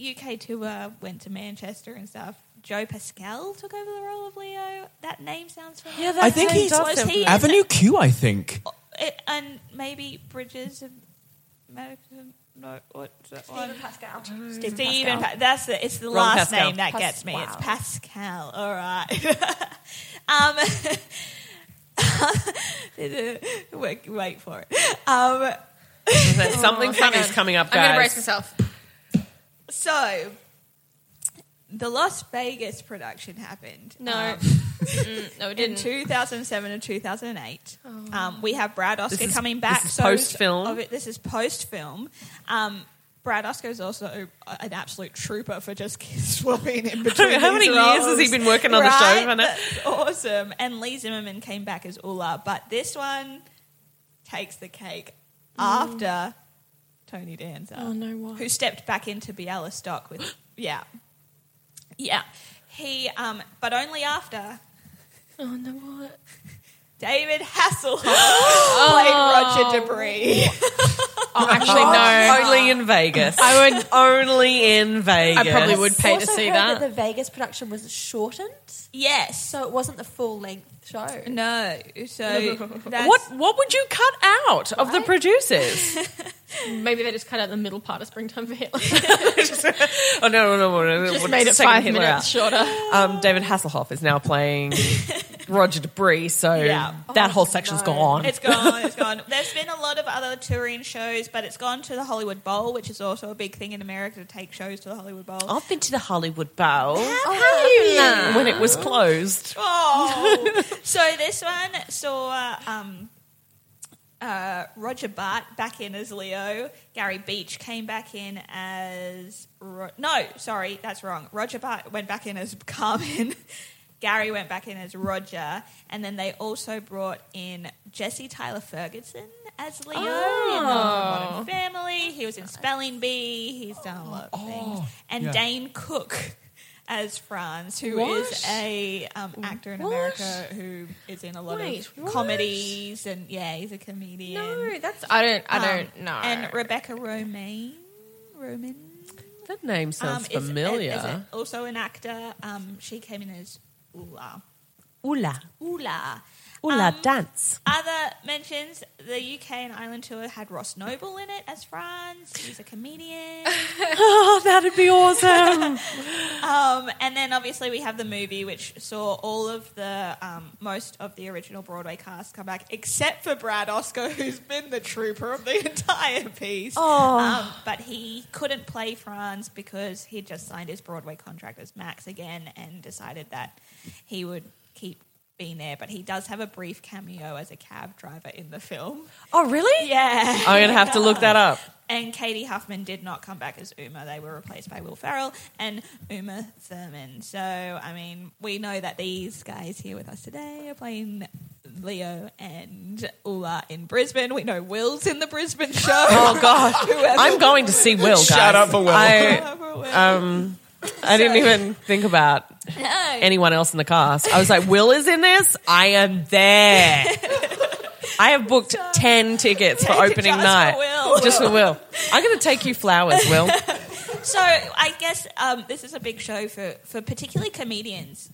E: UK tour went to Manchester and stuff. Joe Pascal took over the role of Leo. That name sounds familiar.
A: Yeah, that I
C: think name he's-
A: does
E: was he
C: Avenue Q, I think.
E: it, and maybe Bridges of America. No, what that one?
D: Stephen Pascal.
E: Steven. Pa- that's the, it's the
A: Wrong
E: last
A: Pascal.
E: name that gets me. It's Pascal. All right. um, wait, wait for it. Um,
A: There's something funny's coming up,
B: Oh,
A: guys.
B: I'm going to brace myself.
E: so the Las Vegas production happened.
B: No.
E: um,
B: Mm, no, it
E: in
B: didn't.
E: 2007 and 2008. Um, we have Brad Oscar
A: is-
E: coming back.
A: this is
E: so-
A: post-film.
E: of it- This is post film. Um, Brad Oscar is also an absolute trooper for just swapping in between.
A: How many
E: these
A: years has
E: roles.
A: he been working on the show,
E: Right?
A: Vanna?
E: That's awesome. And Lee Zimmerman came back as Ulla, but this one takes the cake after Tony Danza. Mm. Oh no, what? Who stepped back into Bialystock with yeah, yeah. He um, but only after
B: oh, no, what?
E: David Hasselhoff played Roger Debris.
B: Oh, actually, no.
A: Only in Vegas.
B: I would.
A: Only in Vegas.
B: I probably would pay to
D: Also
B: see
D: heard
B: that.
D: The Vegas production was shortened,
E: Yes.
D: so it wasn't the full length show.
E: no. So that's,
A: What what would you cut out of the producers?
B: Maybe they just cut out the middle part of Springtime for Hitler.
A: Oh no no no no! no.
B: just
A: We're
B: made it
A: just taking
B: five
A: Hitler
B: minutes
A: out.
B: shorter.
A: Um, David Hasselhoff is now playing Roger Debris, so
E: Yeah.
A: that whole section's
D: no.
A: gone.
E: It's gone. It's gone. There's been a lot of other touring shows, but it's gone to the Hollywood Bowl, which is also a big thing in America to take shows to the Hollywood Bowl.
A: I've been to the Hollywood Bowl
E: Hollywood.
A: Oh, when it was closed.
E: Oh. so this one saw um, uh, Roger Bart back in as Leo. Gary Beach came back in as Ro- no, sorry, that's wrong. Roger Bart went back in as Carmen. Gary went back in as Roger, and then they also brought in Jesse Tyler Ferguson as Leo in the Modern Family. He was in Spelling Bee. He's done a lot of things, and
C: yeah.
E: Dane Cook as Franz, who is
B: What?
E: a um, actor in
B: What?
E: America who is in a lot
B: Wait,
E: of
B: what?
E: comedies and yeah, he's a comedian.
B: No, that's. I don't. I don't
E: Um,
B: know.
E: And Rebecca Romaine, Roman
A: That name
E: um,
A: sounds
E: is,
A: familiar.
E: is also an actor. Um, she came in as Ula.
A: Ula,
E: Ula.
A: Ula
E: Um,
A: dance.
E: Other mentions: the UK and Ireland tour had Ross Noble in it as Franz. He's a comedian.
A: Oh, that'd be awesome.
E: Um, and then obviously we have the movie, which saw all of the um, most of the original Broadway cast come back, except for Brad Oscar, who's been the trooper of the entire piece.
A: Oh.
E: Um, but he couldn't play Franz because he just signed his Broadway contract as Max again and decided that he would keep being there. But he does have a brief cameo as a cab driver in the film.
A: oh, really?
E: Yeah.
A: I'm gonna have to look that up.
E: And Katie Huffman did not come back as Uma. They were replaced by Will Farrell and Uma Thurman. So, I mean, we know that these guys here with us today are playing Leo and Ula in Brisbane. We know Will's in the Brisbane show.
A: Oh God, I'm going to see Will. Guys.
C: Shout out for Will.
A: I, um, I didn't even think about anyone else in the cast. I was like, Will is in this. I am there. I have booked ten tickets for opening
E: Just for
A: night.
E: Will.
A: Just for Will. I'm going to take you flowers, Will.
E: So I guess um, this is a big show for, for particularly comedians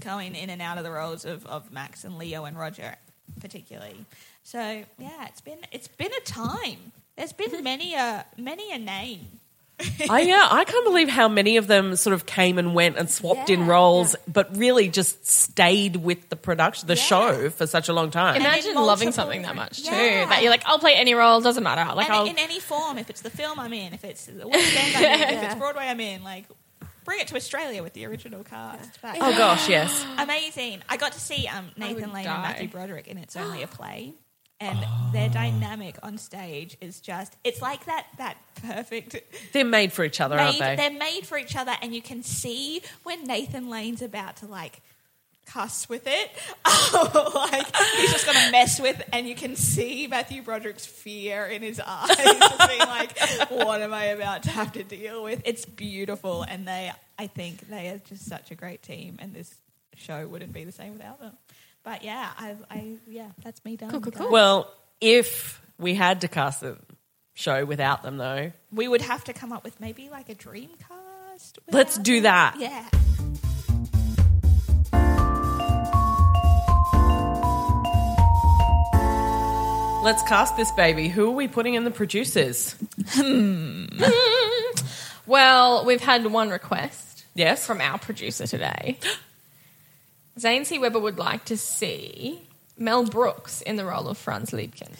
E: going in and out of the roles of, of Max and Leo and Roger, particularly. So yeah, it's been it's been a time. There's been many a many a name.
A: I, yeah, I can't believe how many of them sort of came and went and swapped in
D: Yeah,
A: roles, but really just stayed with the production, the show for such a long time.
B: Imagine
E: multiple
B: loving something that much too.
E: Yeah.
B: That you're like, I'll play any role, doesn't matter. Like
E: and
B: I'll
E: in any form, if it's the film I'm in, if it's the West End I'm in, if it's Broadway I'm in, like bring it to Australia with the original cast. But
A: oh gosh, yes.
E: amazing. I got to see um, Nathan
B: would
E: Lane
B: die. Ah.
E: and Matthew Broderick in It's Only a Play. And their dynamic on stage is just, it's like that, that perfect.
A: They're made for each other,
E: Made,
A: aren't they?
E: They're made for each other, and you can see when Nathan Lane's about to like cuss with it. like he's just gonna mess with, and you can see Matthew Broderick's fear in his eyes, just being like, "What am I about to have to deal with?" It's beautiful, and they, I think, they are just such a great team, and this show wouldn't be the same without them. But yeah, I, I yeah, that's me done.
B: cool,
E: guys.
B: cool.
A: Well, if we had to cast the show without them, though,
E: We would have to come up with maybe like a dream cast.
A: let's
E: without
A: do
E: them.
A: that.
E: Yeah.
A: Let's cast this baby. Who are we putting in the producers?
B: Well, we've had one request
A: Yes.
B: from our producer today. Zane C. Weber would like to see Mel Brooks in the role of Franz Liebkin.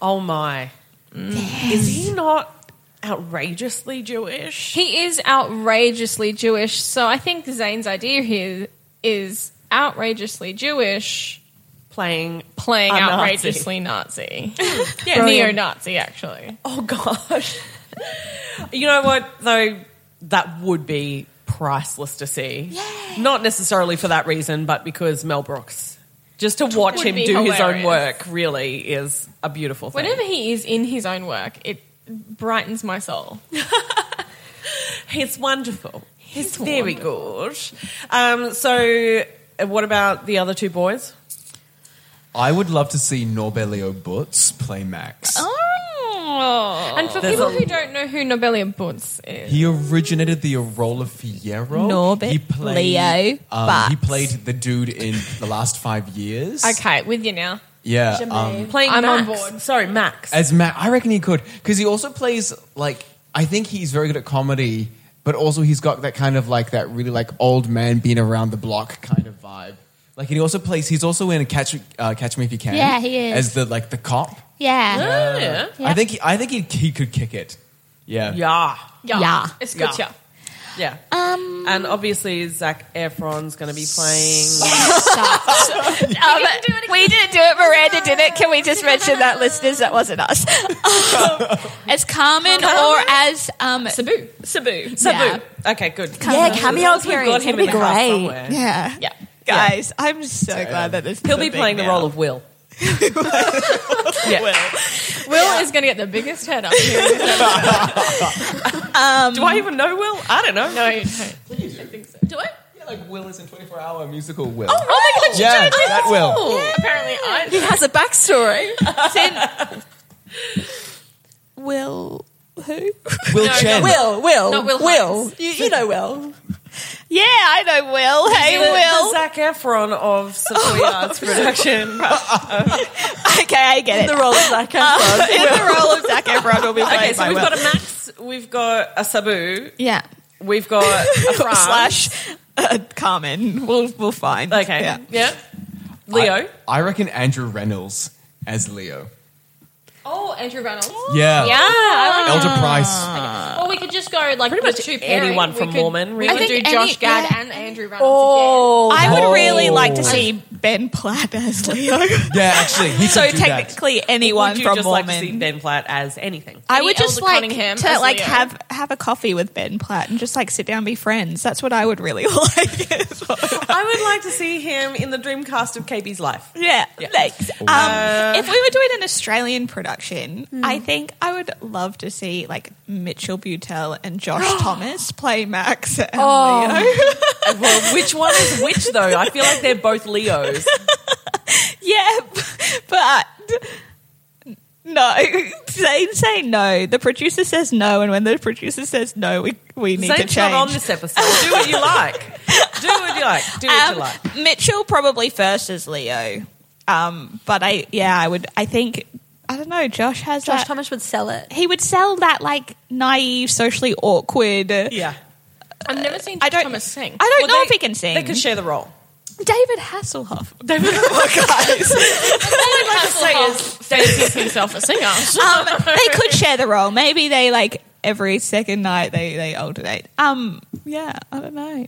A: Oh my. Is he not outrageously Jewish?
B: He is outrageously Jewish, so I think Zane's idea here is outrageously Jewish
A: Playing.
B: playing
A: A Nazi.
B: outrageously Nazi. yeah, neo Nazi, actually.
A: Oh gosh. you know what, though? That would be priceless to see. Not necessarily for that reason, but because Mel Brooks. Just to watch
B: would
A: him
B: be
A: do his own
B: hilarious.
A: work really is a beautiful thing.
B: Whenever he is in his own work, it brightens my soul.
A: He's wonderful. He's, very good. Um, so, uh, what about the other two boys?
C: I would love to see Norbelio Butz play Max.
B: Oh. And for
A: There's
B: people
A: a-
B: who don't know who Nobelia Butz is,
C: He originated the role of Fierro.
E: Norbert
C: he played,
E: Leo
C: um,
E: Butz.
C: He played the dude in the last five years.
B: okay, with you now.
C: Yeah. Um,
A: Playing
B: I'm on
A: Max.
B: board.
A: Sorry, Max.
C: As Matt, I reckon he could because he also plays like I think he's very good at comedy, but also he's got that kind of like that really like old man being around the block kind of vibe. Like and he also plays. He's also in Catch uh, Catch Me If You Can.
F: Yeah, he is.
C: as the like the cop. Uh,
F: Yeah.
A: yeah.
C: I think he, I think he, he could kick it. Yeah.
A: Yeah.
B: Yeah.
F: Yeah.
B: It's good,
A: Yeah.
B: yeah.
A: Yeah.
F: Um,
A: and obviously, Zach Efron's going to be playing.
F: Um, we didn't do it. Miranda did it. Can we just mention that, listeners? That wasn't us.
E: As Carmen
F: or as um,
B: Sabu.
A: Sabu. Sabu. Okay, good.
F: yeah, cameo appearance. It'd be
A: in the cast
F: great.
A: somewhere.
E: Yeah.
B: Yeah.
E: Guys, I'm so glad that this.
A: He'll be playing the role of Will. yeah.
B: Will is going to get the biggest head up here.
A: Do I even know Will? I don't know.
B: No, you don't. Do I?
C: Yeah, like Will is in 24 Hour Musical Will.
B: Oh my god, you
C: yeah,
B: don't do
C: that Will.
B: Apparently, I.
F: He has a backstory.
E: Will. Who?
C: Will Chen.
F: Will, Will,
B: Not Will
F: Will. You, you know Will.
E: Yeah, I know Will. Hey,
A: The- The
E: Will.
A: Zach Efron of Savoy Arts Production.
E: okay, I get it. Uh,
F: The role of Zac
E: In the role of Zac Efron will be played
A: Okay, so
E: by
A: we've
E: Will.
A: got a Max, we've got a Sabu,
E: yeah.
A: we've got a Franz.
E: Slash uh, Carmen. We'll we'll find.
A: Okay.
E: Yeah.
A: Yeah. Leo.
C: I, I reckon Andrew Reynolds as Leo.
B: Oh, Andrew Reynolds.
C: Yeah.
B: Yeah. I like-
C: Elder Price.
B: Or we could just go like
A: Pretty
B: the
A: much
B: two
A: anyone
B: pairing.
A: from
B: we could,
A: Mormon,
B: We
A: really.
B: could
A: I
B: do
F: think
B: Josh
F: any-
B: Gad
F: yeah.
B: and Andrew Reynolds.
F: Oh,
E: I would really
C: Oh.
E: like to see Ben Platt as Leo.
C: Yeah, actually, he
E: so
C: could do that.
E: technically, anyone
A: Would you
E: from
A: just
E: Mormon.
A: like to see Ben Platt as anything?
E: I
B: Any
E: would just
B: Elder
E: like
B: Cunningham
E: to
B: as
E: like
B: Leo.
E: have have a coffee with Ben Platt and just like sit down and be friends. That's what I would really like. as well.
A: I would like to see him in the Dreamcast of KB's life.
E: yeah,
A: Yeah.
E: thanks. Um, if we were doing an Australian production,
A: Hmm.
E: I think I would love to see like Mitchell Butel and Josh Thomas play Max and
A: Oh,
E: Leo.
A: Well, which one is which though? I feel like they're both Leos.
E: Yeah, but No, they say no. The producer says no, and when the producer says no, we, we need to
A: Zane's not
E: change.
A: on this episode. Do what you like. Do what you like. Do what you
E: Um,
A: like.
E: Mitchell probably first as Leo, um, but I yeah I would I think I don't know. Josh has
D: Josh
E: that.
D: Thomas would sell it.
E: He would sell that like naive, socially awkward.
A: Yeah.
B: I've never seen
E: I don't
B: Thomas sing.
E: I
A: Well,
E: don't know
A: they-
E: if he can sing.
A: They can share the role.
E: David Hasselhoff.
B: David Hasselhoff fancies himself a singer.
E: Um, they could share the role. Maybe they like every second night they they alternate. Um, yeah, I don't know.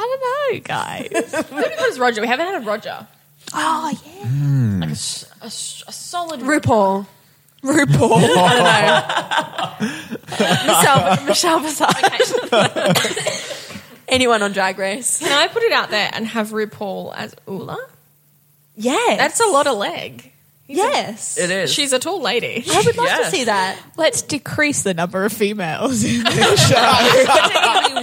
E: I don't know, guys.
B: Maybe it was Roger. We haven't had a Roger.
E: oh yeah,
A: Hmm.
B: Like a, s- a s- a solid
D: RuPaul.
E: RuPaul.
D: Michelle, Michelle Visage. Anyone on Drag Race?
B: Can I put it out there and have RuPaul as Ula?
D: Yes.
B: That's a lot of leg.
D: Yes.
A: It is.
B: She's a tall lady.
D: I would love
A: Yes.
D: to see that.
E: Let's decrease the number of females.
A: only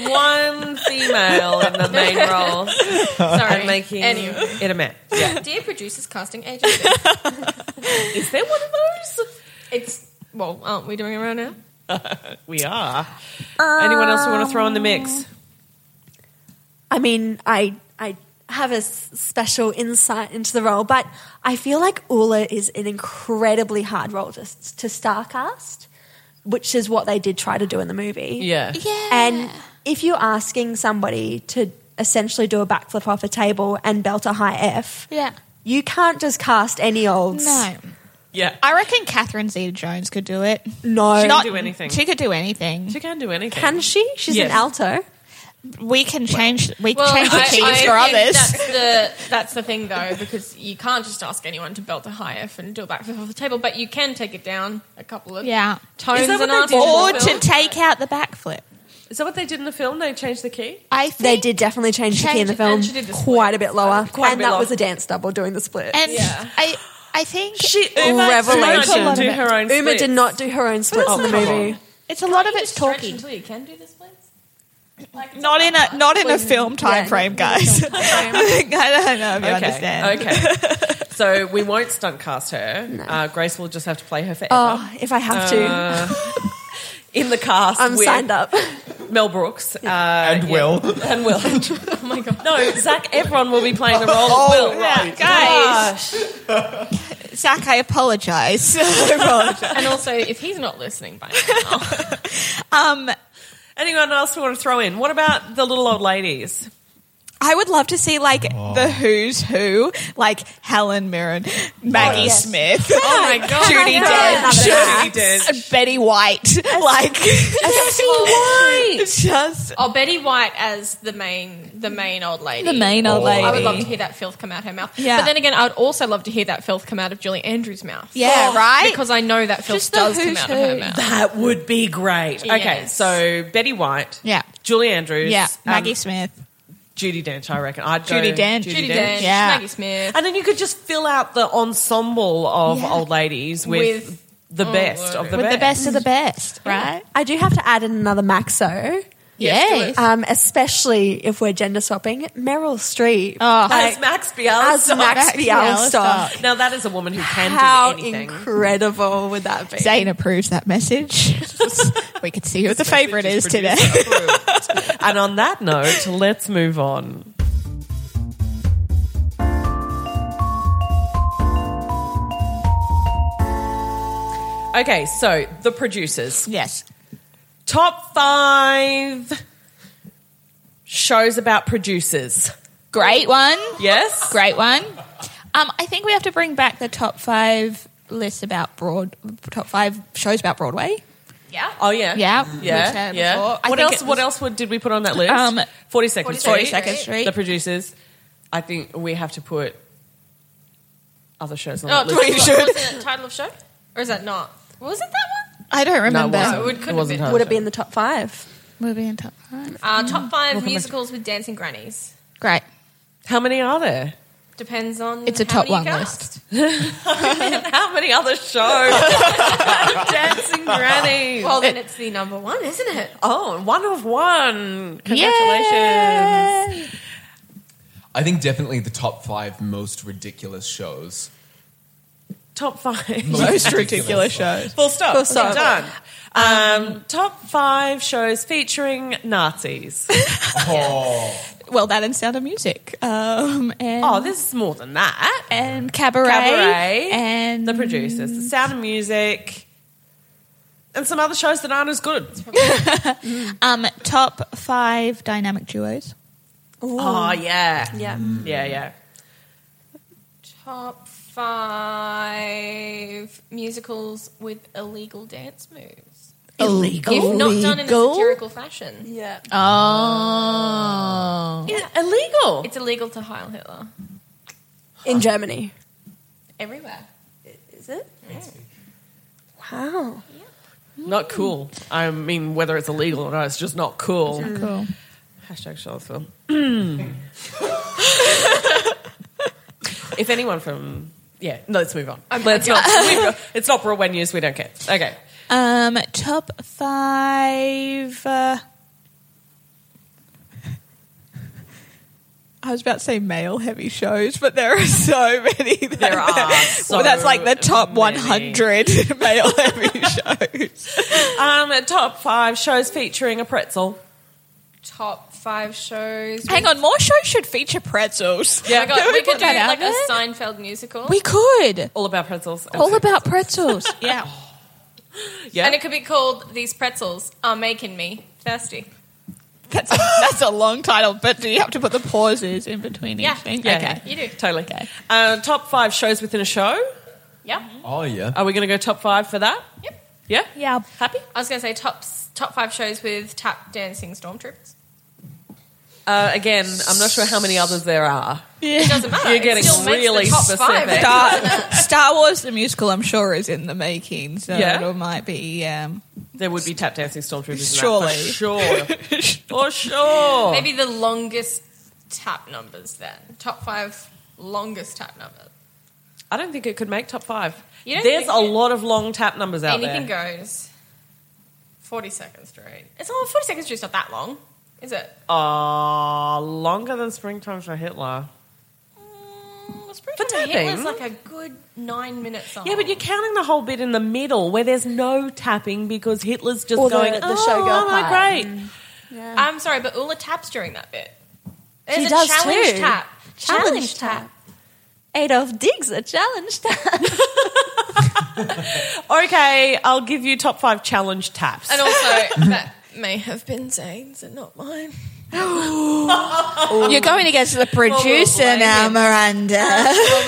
A: one female in the main role
B: Sorry.
A: and making
B: Anyway.
A: it a man.
B: Dear producers, casting agency.
A: Is there one of those?
B: It's well, aren't we doing it right now?
A: We are. Anyone else we want to throw in the mix?
D: I mean, I I have a s- special insight into the role, but I feel like Ula is an incredibly hard role to, s- to starcast, which is what they did try to do in the movie.
A: Yeah.
D: And if you're asking somebody to essentially do a backflip off a table and belt a high F,
E: yeah.
D: you can't just cast any olds.
E: No.
A: Yeah.
E: I reckon Catherine Zeta Jones could do it.
D: No.
E: She
A: can do anything.
E: She could do anything.
A: She can do anything.
D: Can she? She's
A: Yes.
D: an alto.
E: We can change. We can change the teams for
B: think
E: others.
B: That's the, that's the thing, though, because you can't just ask anyone to belt a high F and do a backflip off the table, but you can take it down a couple of
E: yeah.
B: tones
A: Is that
B: and
A: what
B: ask
A: they do?
E: Or
B: people
E: to take out the backflip.
A: Is that what they did in the film? They changed the key?
E: I think
D: They did definitely change the key in the
B: Change-
D: film
B: and she did the split.
D: quite a bit lower.
A: Quite a
D: and
A: bit
D: that
A: lower.
D: was a dance double doing the split.
E: And
B: Yeah.
E: I, I think
A: Did
D: Revelation.
A: not do her own
D: Uma
A: splits.
D: did not do her own splits in the movie.
E: it's a lot of
B: You
E: it's
B: stretch
E: talking.
B: Until you can do the splits.
E: Not in a not in a film time frame, guys. I don't know if you understand.
A: Okay. so we won't stunt cast her. Uh, Grace will just have to play her forever. Uh,
D: Oh, if I have to,
A: in the cast,
D: I'm
A: with
D: signed up.
A: Mel Brooks uh,
C: and Will.
A: and Will. oh my god! No, Zach Efron will be playing the role
C: Oh,
A: of Will.
E: Guys, Zach, I apologize.
B: And also, if he's not listening by now,
E: um,
A: Anyone else we want to throw in? What about the little old ladies?
E: I would love to see like the who's who, like Helen Mirren, Maggie
D: yes.
E: Smith,
B: oh my god,
E: Judy
D: Yeah.
E: Dench,
A: Judy Dench.
E: and Betty White, like just
B: Oh, Betty White as the main the main old lady.
E: the main old lady.
B: I would love to hear that filth come out her mouth.
E: Yeah.
B: But then again, I would also love to hear that filth come out of Julie Andrews' mouth.
E: Yeah, right?
B: Because I know that filth
E: Just the
B: does come
E: who's
B: out of her
E: who.
B: mouth.
A: That would be great. Okay,
B: Yes.
A: so Betty White,
E: Yeah.
A: Julie Andrews,
E: yeah,
A: um,
E: Maggie Smith.
A: Judy Dench. I reckon I'd go
E: Judy Dench.
B: Judy
E: Dench.
B: Dench,
E: Yeah.
B: Maggie Smith.
A: and then you could just fill out the ensemble of
E: Yeah.
A: old ladies with,
B: With-
A: the best of the best.
E: of the best, right?
D: I do have to add in another Maxo,
E: Yes.
D: um, especially if we're gender swapping. Meryl Streep
E: Oh.
A: As Max
D: as
A: Bialystock.
D: Max
E: Max Bialystock.
D: Bialystock.
A: now that is a woman who can
D: How
A: do anything.
D: incredible would that be?
E: Zane approves that message. we can see who the favorite is today.
A: and on that note, let's move on. Okay, so the producers.
E: yes.
A: Top five shows about producers.
E: Great one.
A: Yes?
E: Great one. Um, I think we have to bring back the top five lists about broad top five shows about Broadway.
B: Yeah.
A: Oh, yeah.
E: Yeah. We've
A: Yeah.
E: said
A: yeah.
E: before. I
A: What
E: think
A: else,
E: it
A: what
E: was-
A: else would- did we put on that list?
E: Um,
A: 42nd Street.
E: 42nd Street.
A: The producers. I think we have to put other shows on
B: Oh,
A: that list.
B: what was the title of show? Or is that not? Was it that one?
E: I don't remember.
A: wasn't.
B: No, it couldn't
A: wasn't
B: have
D: Would it be in the top five?
E: we'll be in top five.
B: Uh, top five musicals with dancing grannies.
E: Great.
A: How many are there?
B: Depends on.
E: It's a
B: how
E: top
B: many
E: one
B: you
E: list.
B: cast.
A: How many other shows? Dancing Granny.
B: Well, then it's the number one, isn't it?
A: oh, one of one. Congratulations.
C: I think definitely the top five most ridiculous shows
A: Top five.
E: Most ridiculous shows.
A: Full stop.
D: Full stop.
A: Done. Um, top five shows featuring Nazis.
E: Well, that and Sound of Music. Um, and,
A: Oh, this is more than that.
E: and Cabaret.
A: Cabaret.
E: And
A: The producers, The Sound of Music, and some other shows that aren't as good.
E: Um, top five dynamic duos.
A: Oh, yeah.
D: Yeah.
A: Yeah, yeah.
B: Top five musicals with illegal dance moves.
E: Illegal.
B: If not done in a
E: Illegal?
B: satirical fashion.
D: Yeah.
E: Oh.
A: Illegal.
B: It's illegal to Heil Hitler.
D: In Germany.
B: Everywhere.
D: Is it?
B: Oh.
D: Wow.
A: Not cool. I mean, whether it's illegal or not, it's just not cool.
E: Cool.
A: Hashtag Charlottesville. if anyone from yeah, no, let's move on. let's not. we've- it's not broadway news. We don't care. Okay,
E: Um, top five. Uh, I was about to say male heavy shows, but there are so many. That,
A: There are
E: that-
A: so
E: that's like the top
A: many.
E: 100 male heavy shows.
A: um, top five shows featuring a pretzel.
B: Top five shows.
E: Hang on, more shows should feature pretzels.
B: Yeah, we,
E: Can we
B: could
E: put
B: do
E: that out
B: like a
E: there?
B: Seinfeld musical.
E: We could.
A: All about pretzels.
E: All about pretzels. yeah.
A: yeah.
B: and it could be called These Pretzels Are Making Me Thirsty.
E: That's a, that's a long title, but do you have to put the pauses in between
B: Yeah.
E: each thing?
A: Yeah,
E: Okay.
B: You do.
A: totally. Uh, top five shows within a show.
B: Yeah.
A: Mm-hmm.
C: Oh yeah.
A: Are we going to go top five for that?
B: Yep.
A: Yeah.
E: Yeah.
A: Happy.
B: I was going to say top top five shows with tap dancing stormtroopers.
A: Uh, again, I'm not sure how many others there are.
B: It doesn't matter.
A: You're
B: It
A: getting
B: still makes the
A: really
B: top
A: specific.
B: Five.
E: Star, Uh, Star Wars the musical, I'm sure, is in the making, so
A: Yeah.
E: it might be. Um,
A: There would be tap dancing stormtroopers.
E: Surely.
A: in that, for sure, for sure.
B: Maybe the longest tap numbers then. Top five longest tap numbers.
A: I don't think it could make top five.
B: You don't
A: There's
B: think
A: a
B: it-
A: lot of long tap numbers out
B: Anything
A: there.
B: goes. 42nd Street. It's not 42nd Street's not that long, is it?
A: Ah, longer than springtime for Hitler.
B: Mm, it's pretty
A: For
B: sure
A: tapping?
B: Hitler's like a good nine minute song.
A: Yeah, but you're counting the whole bit in the middle where there's no tapping because Hitler's just
D: Or the-
A: going.
D: the
A: oh,
D: showgirl
A: am I
D: part."
A: great?
B: I'm Um, sorry, but Ula taps during that bit. There's
D: She
B: a
D: does
B: challenge
D: too.
B: tap.
D: Challenge tap. Adolf Diggs a challenge tap.
A: Okay, I'll give you top five challenge taps.
B: And also, that may have been Zane's and not mine.
E: You're going against the producer
B: blame
E: now,
B: him.
E: Miranda.
B: Well,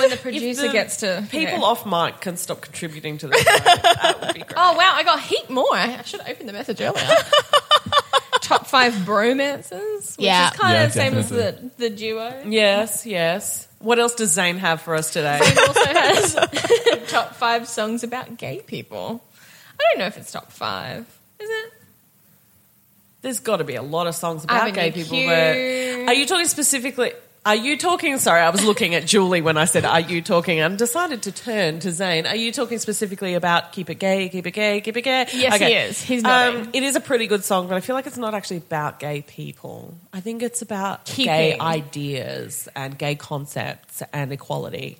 B: when the
A: If
B: producer
A: the
B: gets to
A: people
B: yeah.
A: off mic can stop contributing to this. that would be great.
B: Oh wow, I got a heap more. I should have opened the message earlier. Top five bromances, which
E: Yeah.
B: is kind
C: Yeah,
B: of the same as
C: definitely.
B: the the duo.
A: Yes, yes. What else does Zane have for us today?
B: It also has top five songs about gay people. I don't know if it's top five, is it?
A: There's got to be a lot of songs about
B: Avenue
A: gay people.
B: Q.
A: But are you talking specifically? Are you talking? Sorry, I was looking at Julie when I said, "Are you talking?" and decided to turn to Zane. Are you talking specifically about "Keep It Gay, Keep It Gay, Keep It Gay"?
B: Yes, he is. He's nodding.
A: um, It is a pretty good song, but I feel like it's not actually about gay people. I think it's about gay
B: Keeping.
A: ideas and gay concepts and equality.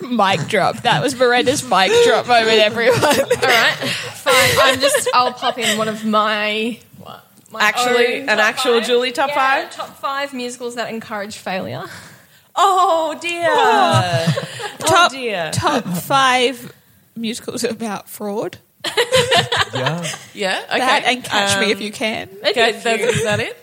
E: mic drop. That was Miranda's mic drop moment, everyone.
B: All right, fine. I'm just. I'll pop in one of my. what, my
A: Actually-
B: own
A: an
B: top
A: actual
B: five.
A: Julie top
B: Yeah,
A: five?
B: Top five musicals that encourage failure.
A: Oh dear! oh
E: Top-
A: dear!
E: Top five musicals about fraud.
C: Yeah.
A: Yeah. Okay.
E: That and Catch Me
A: Um,
E: If You Can.
A: Okay, that's, is that it?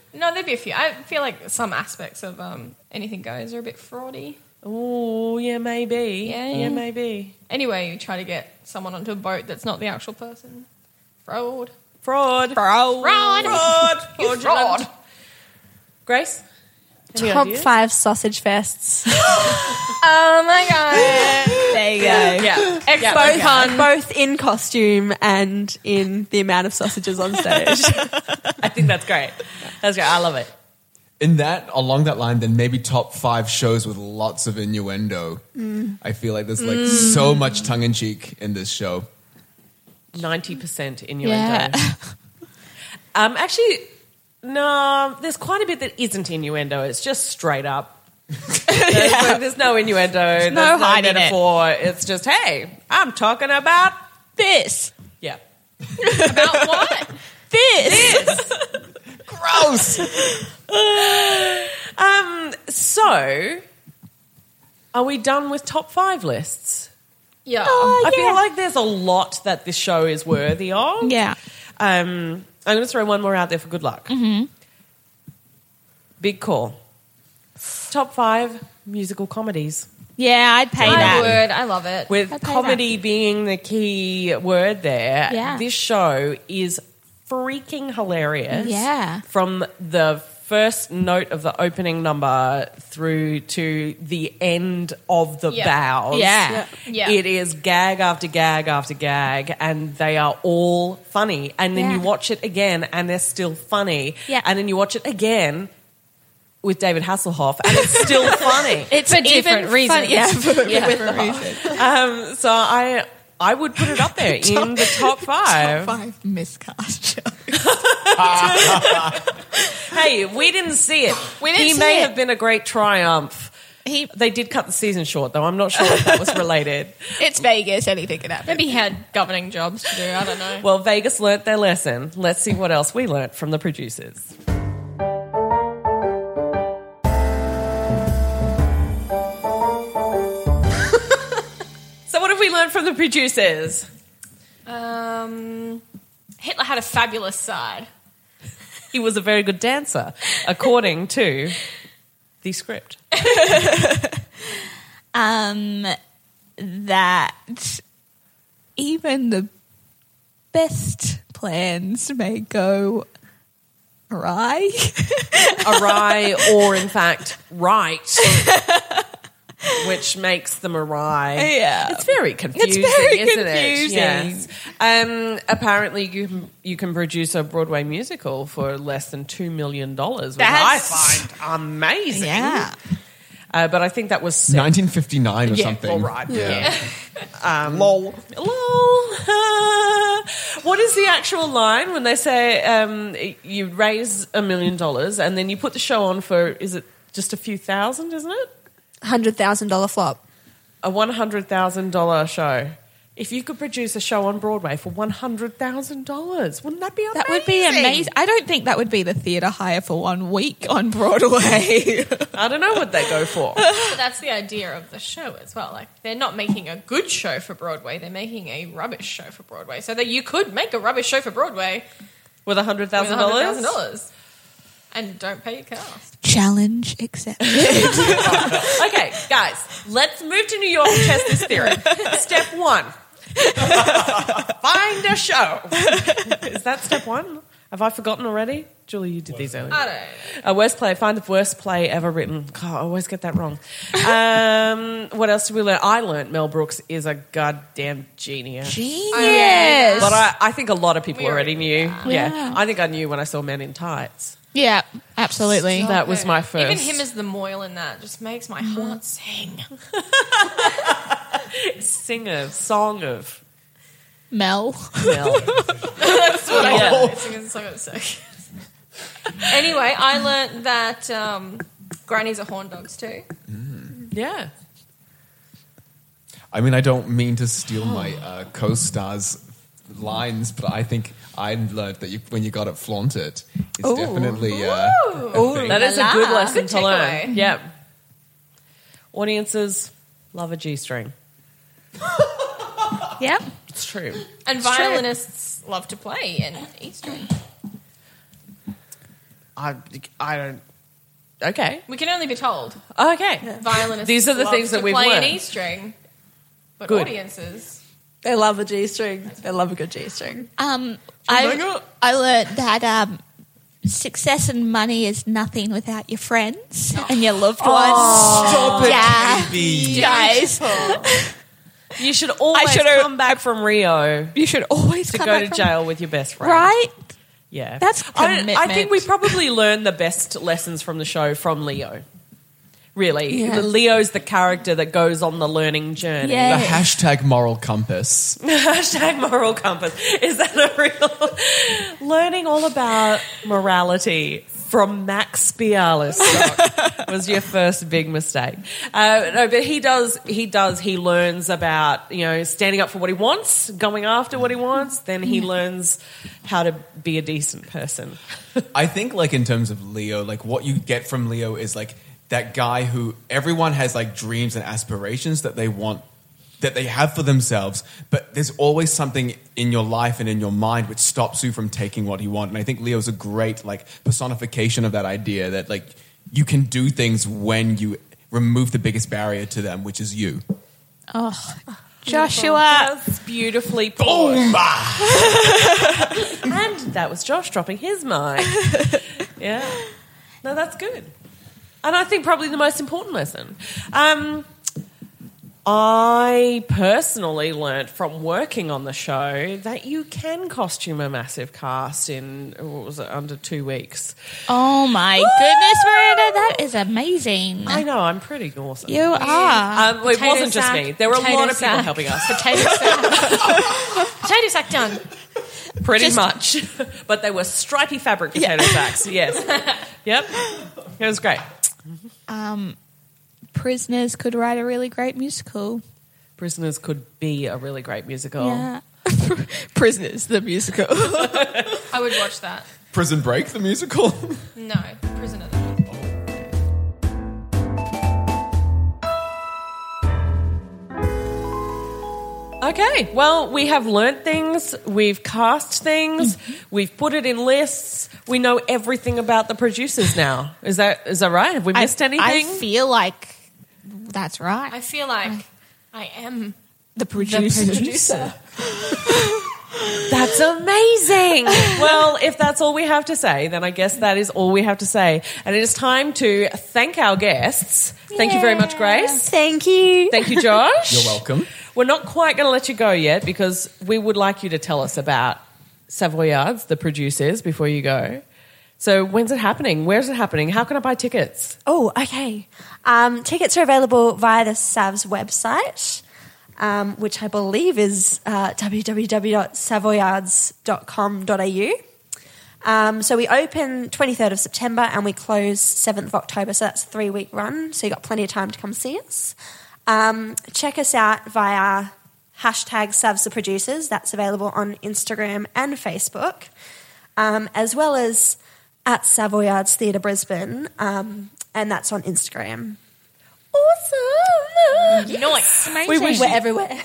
B: No, there'd be a few. I feel like some aspects of um, Anything Goes are a bit fraudy.
A: Oh, yeah, maybe.
B: Yeah.
A: yeah, maybe.
B: Anyway, you try to get someone onto a boat that's not the actual person. Fraud.
A: Fraud.
E: Fraud.
B: Fraud.
A: Fraud.
B: You
A: Fraudulent.
B: fraud.
A: Grace? Any
D: Top
A: ideas?
D: five sausage fests.
B: Oh my god.
E: There you go.
A: Yeah.
D: both,
B: Expo
D: both in costume and in the amount of sausages on stage.
A: I think that's great. That's great. I love it.
C: In that, along that line, then maybe top five shows with lots of innuendo. I feel like there's like so much tongue in cheek in this show.
A: 90% innuendo. Um, actually, no, there's quite a bit that isn't innuendo. It's just straight up There's, there's no innuendo. There's
E: no
A: no,
E: hiding it.
A: metaphor. It's just, hey, I'm talking about this. Yeah.
B: About what?
C: Gross.
A: Um, So, are we done with top five lists?
B: Yeah.
A: I feel like there's a lot that this show is worthy of.
E: Yeah.
A: Um, I'm going to throw one more out there for good luck.
E: Mm-hmm.
A: Big call. Top five musical comedies.
E: Yeah, I'd pay
B: I
E: that.
B: would. I love it.
A: With comedy being the key word there,
E: Yeah.
A: this show is freaking hilarious.
E: Yeah.
A: From the first note of the opening number through to the end of the
B: Yeah.
A: bows.
E: Yeah.
B: Yeah.
A: It is gag after gag after gag, and they are all funny. And then
E: Yeah.
A: you watch it again, and they're still funny.
E: Yeah.
A: And then you watch it again. With David Hasselhoff, and it's still funny.
B: It's for different reasons.
E: Yeah, for
B: Yeah.
E: different reasons.
A: Um, so I I would put it up there in the top five.
E: Five miscast jokes.
A: Hey, we didn't see it.
B: We didn't
A: he
B: see
A: may
B: it.
A: have been a great triumph.
E: He,
A: They did cut the season short, though. I'm not sure if that was related.
E: it's Vegas. Anything can happen.
B: Maybe he had governing jobs to do. I don't know.
A: Well, Vegas learnt their lesson. Let's see what else we learnt from the producers. so, what have we learned from the producers?
B: Um, Hitler had a fabulous side.
A: He was a very good dancer, according to the script.
E: um, that even the best plans may go awry.
A: awry or in fact right which makes them awry
E: Yeah.
A: it's very confusing
E: very
A: isn't it
E: confusing.
A: yes. um, apparently you can, you can produce a broadway musical for less than $2 million which
E: That's-
A: i find amazing
E: yeah.
A: uh, but i think that was sick.
C: 1959 or
A: Yeah,
C: something.
A: all right.
C: Yeah.
A: lol lol what is the actual line when they say um, you raise a million dollars and then you put the show on for is it just a few thousand isn't it
D: Hundred thousand dollar flop.
A: a one hundred thousand dollar show. If you could produce a show on Broadway for one hundred thousand dollars, wouldn't that be amazing?
E: That would be amazing. I don't think that would be the theatre hire for one week on Broadway.
A: I don't know what they go for.
B: But that's the idea of the show as well. Like they're not making a good show for Broadway; they're making a rubbish show for Broadway. So that you could make a rubbish show for Broadway
A: With a hundred
B: with
A: thousand dollars,
B: dollars and don't pay your cast.
E: Challenge accepted.
A: Okay, guys, let's move to New York and test this theory. step one: find a show. Is that step one? Have I forgotten already? Julie, you did these earlier.
B: I don't. know.
A: A worst play. Find the worst play ever written. God, I always get that wrong. Um, what else did we learn? I learned Mel Brooks is a goddamn genius.
E: Genius.
A: But I, I think a lot of people
B: We
A: already
B: already
A: knew. Yeah.
E: Yeah.
A: I think I knew when I saw Men in Tights.
E: Yeah, absolutely.
A: that was my first. Mm-hmm.
B: Even him as the Moyle in that just makes my heart sing.
A: singer, song of
E: Mel.
A: Mel.
B: Yeah. Singing song of the circus. anyway, I learnt that um, grannies are horn dogs too.
A: yeah.
C: I mean, I don't mean to steal my uh, co-star's lines, but I think I learned that you, when you got it flaunted, it's definitely uh, a thing.
A: That is a good lesson
B: Good
A: to learn.
B: takeaway.
A: Yeah. Audiences love a G string.
E: Yep.
A: It's true.
B: And violinists love to play and eat string.
A: I, I don't. Okay.
B: We can only be told.
A: Okay.
B: Violinists
A: These are the
B: love
A: things that
B: to
A: we've
B: play
A: learned.
B: an E string, but
A: Good.
B: audiences.
D: They love a G string. They love a good G string.
G: Um,
A: God.
G: I, I learned that um, success and money is nothing without your friends and your loved ones.
A: Oh,
C: Stop it,
G: Yeah.
C: baby.
G: Guys,
A: You should always
E: should've-
A: come back from Rio
E: You should always
A: to
E: come
A: go
E: back
A: to
E: from-
A: jail with your best friend.
E: Right?
A: Yeah.
E: That's
A: I, I think
E: commitment.
A: we probably learned the best lessons from the show from Leo. Really. Leo's the character that goes on the learning journey.
C: The
G: yeah.
C: hashtag moral compass.
A: Hashtag moral compass. Is that a real learning all about morality from Max Bialystock was your first big mistake. Uh, no, but he does. He does. He learns about you know standing up for what he wants, going after what he wants. Then he learns how to be a decent person.
C: I think like in terms of Leo, like what you get from Leo is like that guy who everyone has like dreams and aspirations that they want that they have for themselves, but there's always something in your life and in your mind which stops you from taking what you want. And I think Leo's a great like personification of that idea that like you can do things when you remove the biggest barrier to them, which is you.
B: Joshua.
A: That's beautifully put. and that was Josh dropping his mic. Yeah. No, that's good. And I think probably the most important lesson. Um, I personally learnt from working on the show that you can costume a massive cast in, what was it, under two weeks.
G: Oh my goodness, Miranda, that is amazing.
A: I know, I'm pretty awesome.
G: You are.
A: Um, well, it
B: Potato
A: wasn't just
B: sack,
A: me. There were a
B: potato
A: lot of people
B: sack.
A: helping us,
B: Potato sack. Potato sack done.
A: pretty
B: Just-
A: much. but they were stripy fabric potato sacks, yes. yep. It was great.
G: Prisoners could write a really great musical.
A: Prisoners could be a really great musical.
G: Yeah. Prisoners, the musical.
B: I would watch that.
C: Prison Break, the musical.
B: No, prisoner.
A: Okay, well, we have learnt things, we've cast things,
G: Mm-hmm.
A: we've put it in lists. We know everything about the producers now. Is that is that right? Have we missed
G: I
A: anything?
G: feel like that's right.
B: I feel like I am
G: the producer.
A: that's amazing. well, if that's all we have to say, then I guess that is all we have to say. And it is time to thank our guests. Thank you very much, Grace.
D: Thank you.
A: Thank you, Josh.
C: You're welcome.
A: We're not quite going to let you go yet because we would like you to tell us about Savoyards, the producers, before you go. So when's it happening? Where's it happening? How can I buy tickets?
D: Oh, okay. Um, tickets are available via the Savs website, um, which I believe is uh, www.savoyards.com.au. Um, so we open 23rd of September and we close 7th of October, so that's a three week run. So you've got plenty of time to come see us. Um, check us out via hashtag Savs the Producers. That's available on Instagram and Facebook, um, as well as at Savoyards Theatre Brisbane, um, and that's on Instagram. Awesome!
B: nice.
D: We wish we're everywhere.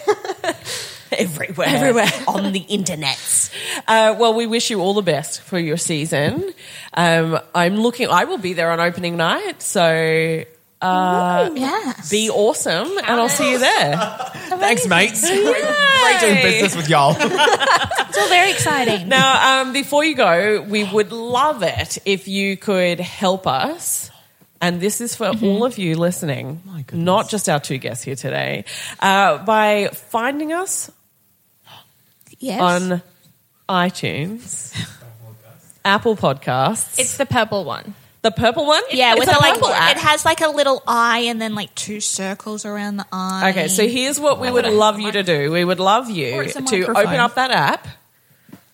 A: everywhere, everywhere on the internet. Uh, well, we wish you all the best for your season. Um, I'm looking. I will be there on opening night, so
G: Oh, yes.
A: be awesome, and I'll see you there.
C: Thanks, mates. Great doing business with y'all.
G: It's all very exciting.
A: Now, um, before you go, we would love it if you could help us. And this is for
G: Mm-hmm.
A: all of you listening, not just our two guests here today, uh, by finding us
G: yes.
A: on iTunes, Apple Podcasts.
B: It's the purple one.
A: the purple one?
G: yeah,
A: It's
G: with
A: a
G: a, like
A: purple app.
G: it has like a little eye and then like two circles around the eye.
A: Okay, so here's what we would love you to do. We would love you
G: it's a
A: to
G: microphone.
A: open up that app.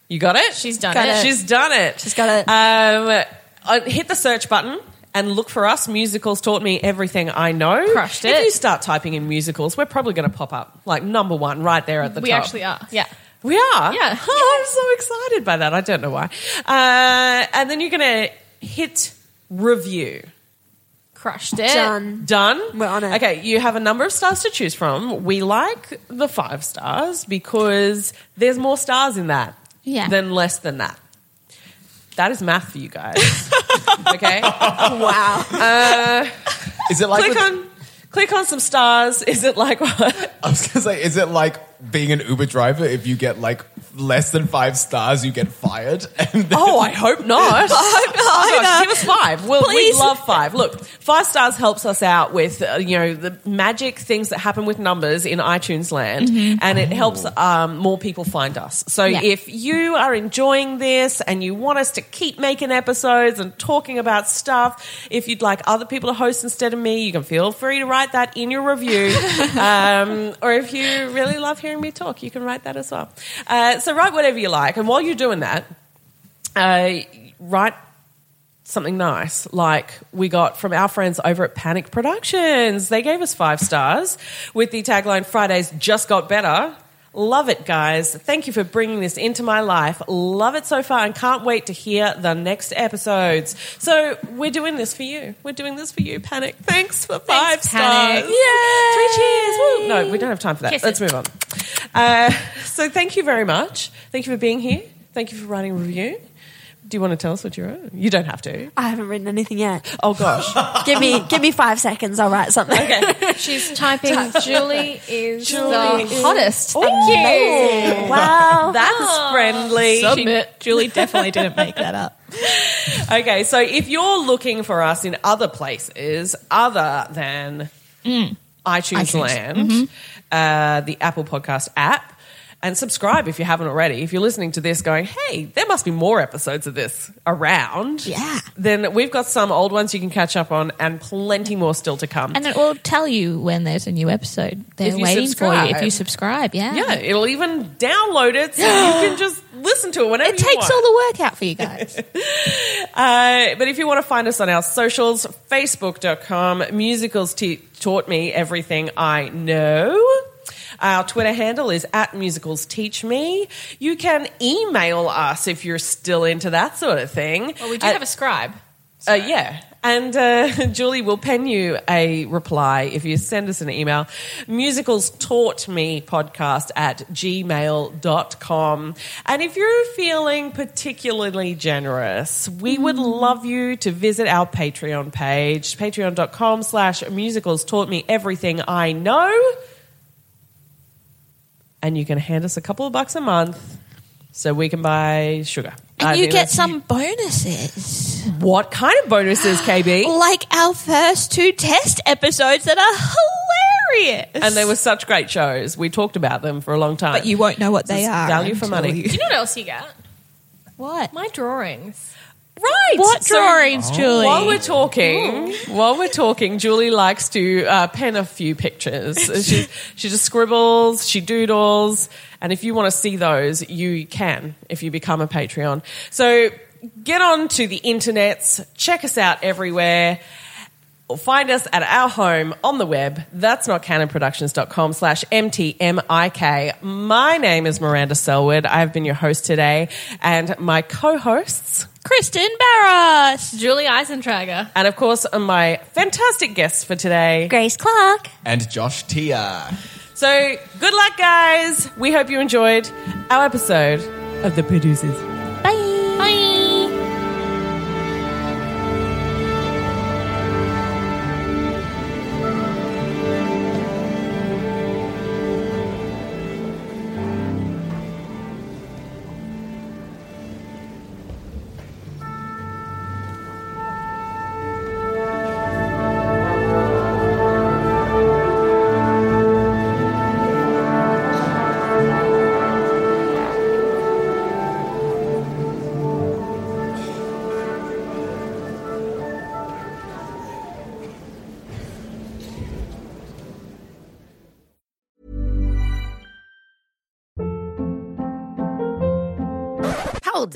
A: You got it?
B: She's done
D: Got
B: it.
D: it.
A: She's done it.
D: She's got it.
A: Um, uh, hit the search button and look for us. Musicals taught me everything I know.
B: Crushed
A: If
B: it.
A: you start typing in musicals, we're probably going to pop up like number one right there at the
B: We
A: top.
B: actually are. Yeah.
A: We are.
B: Yeah.
A: Oh, I'm so excited by that. I don't know why. Uh, and then you're going to hit review.
B: Crushed it.
D: Done.
A: Done.
D: We're on it.
A: Okay, you have a number of stars to choose from. We like the five stars because there's more stars in that
G: Yeah.
A: than less than that. That is math for you guys. okay, Uh,
D: Wow.
C: Is it like
A: click
C: with-
A: on click on some stars. Is it like
C: I was gonna say, is it like being an Uber driver? If you get like less than five stars, you get fired. And then-
A: Oh, I hope not. Oh, gosh, give us five. We'll, we'd love five. Look, five stars helps us out with uh, you know the magic things that happen with numbers in iTunes land, and it helps um, more people find us. So
G: Yeah.
A: if you are enjoying this and you want us to keep making episodes and talking about stuff, if you'd like other people to host instead of me, you can feel free to write that in your review. um, or if you really love hearing me talk, you can write that as well. Uh, so write whatever you like, and while you're doing that uh, write something nice like we got from our friends over at Panic Productions. They gave us five stars with the tagline Fridays just got better. Love it, guys. Thank you for bringing this into my life. Love it so far and can't wait to hear the next episodes. So, we're doing this for you. We're doing this for you, Panic. Thanks for five stars.
B: Panic.
A: Yeah. Three cheers. Woo. No, we don't have time for that. Let's move on. Uh, so, thank you very much. Thank you for being here. Thank you for writing a review. Do you want to tell us what you wrote? You don't have to.
D: I haven't written anything yet.
A: Oh gosh.
D: give me give me five seconds. I'll write something. Okay.
B: She's typing. Julie is
D: Julie
B: the hottest.
A: Thank
D: wow.
A: That's friendly.
E: Julie definitely didn't make that up.
A: Okay, so if you're looking for us in other places other than
G: Mm.
A: iTunes, Land,
G: Mm-hmm.
A: uh, the Apple Podcast app, and subscribe if you haven't already. If you're listening to this going, hey, there must be more episodes of this around.
G: Yeah.
A: Then we've got some old ones you can catch up on and plenty more still to come.
G: And it will tell you when there's a new episode. They're
A: If you
G: waiting for you if
A: subscribe.
G: you subscribe. Yeah.
A: yeah, it'll even download it so you can just listen to it whenever
G: It
A: you
G: takes
A: want.
G: all the work out for you guys.
A: Uh, but if you want to find us on our socials, facebook.com, musicals t- taught me everything I know. Our Twitter handle is at musicals teach me. You can email us if you're still into that sort of thing.
B: Well, we do
A: Uh,
B: have a scribe.
A: uh, yeah. And uh, Julie will pen you a reply if you send us an email. Musicals taught me podcast at gmail.com. And if you're feeling particularly generous, we would
G: Mm-hmm.
A: love you to visit our Patreon page, patreon.com slash musicals taught me everything I know. And you can hand us a couple of bucks a month so we can buy sugar. I
G: And you
A: think
G: get
A: that's-
G: some bonuses.
A: What kind of bonuses, KB?
G: Like our first two test episodes that are hilarious.
A: and they were such great shows. We talked about them for a long time.
G: But you won't know what they
A: It's
G: are.
A: value for
G: until
A: money.
G: you-
B: Do you know what else you get?
G: What?
B: My drawings.
A: right?
G: What
A: So
G: drawings, Julie?
A: While we're talking, while we're talking, Julie likes to uh, pen a few pictures. she she just scribbles, she doodles, and if you want to see those, you can if you become a Patreon. So get on to the internets, check us out everywhere. or find us at our home on the web. That's not canonproductions.com slash MTMIK. My name is Miranda Selwood. I've been your host today and my co-hosts
G: Kristen Barros.
B: Julie Eisentrager.
A: and of course my fantastic guests for today.
D: Grace Clark.
C: And Josh Tia.
A: So good luck guys. We hope you enjoyed our episode of The Producers.
B: Bye.
H: Hold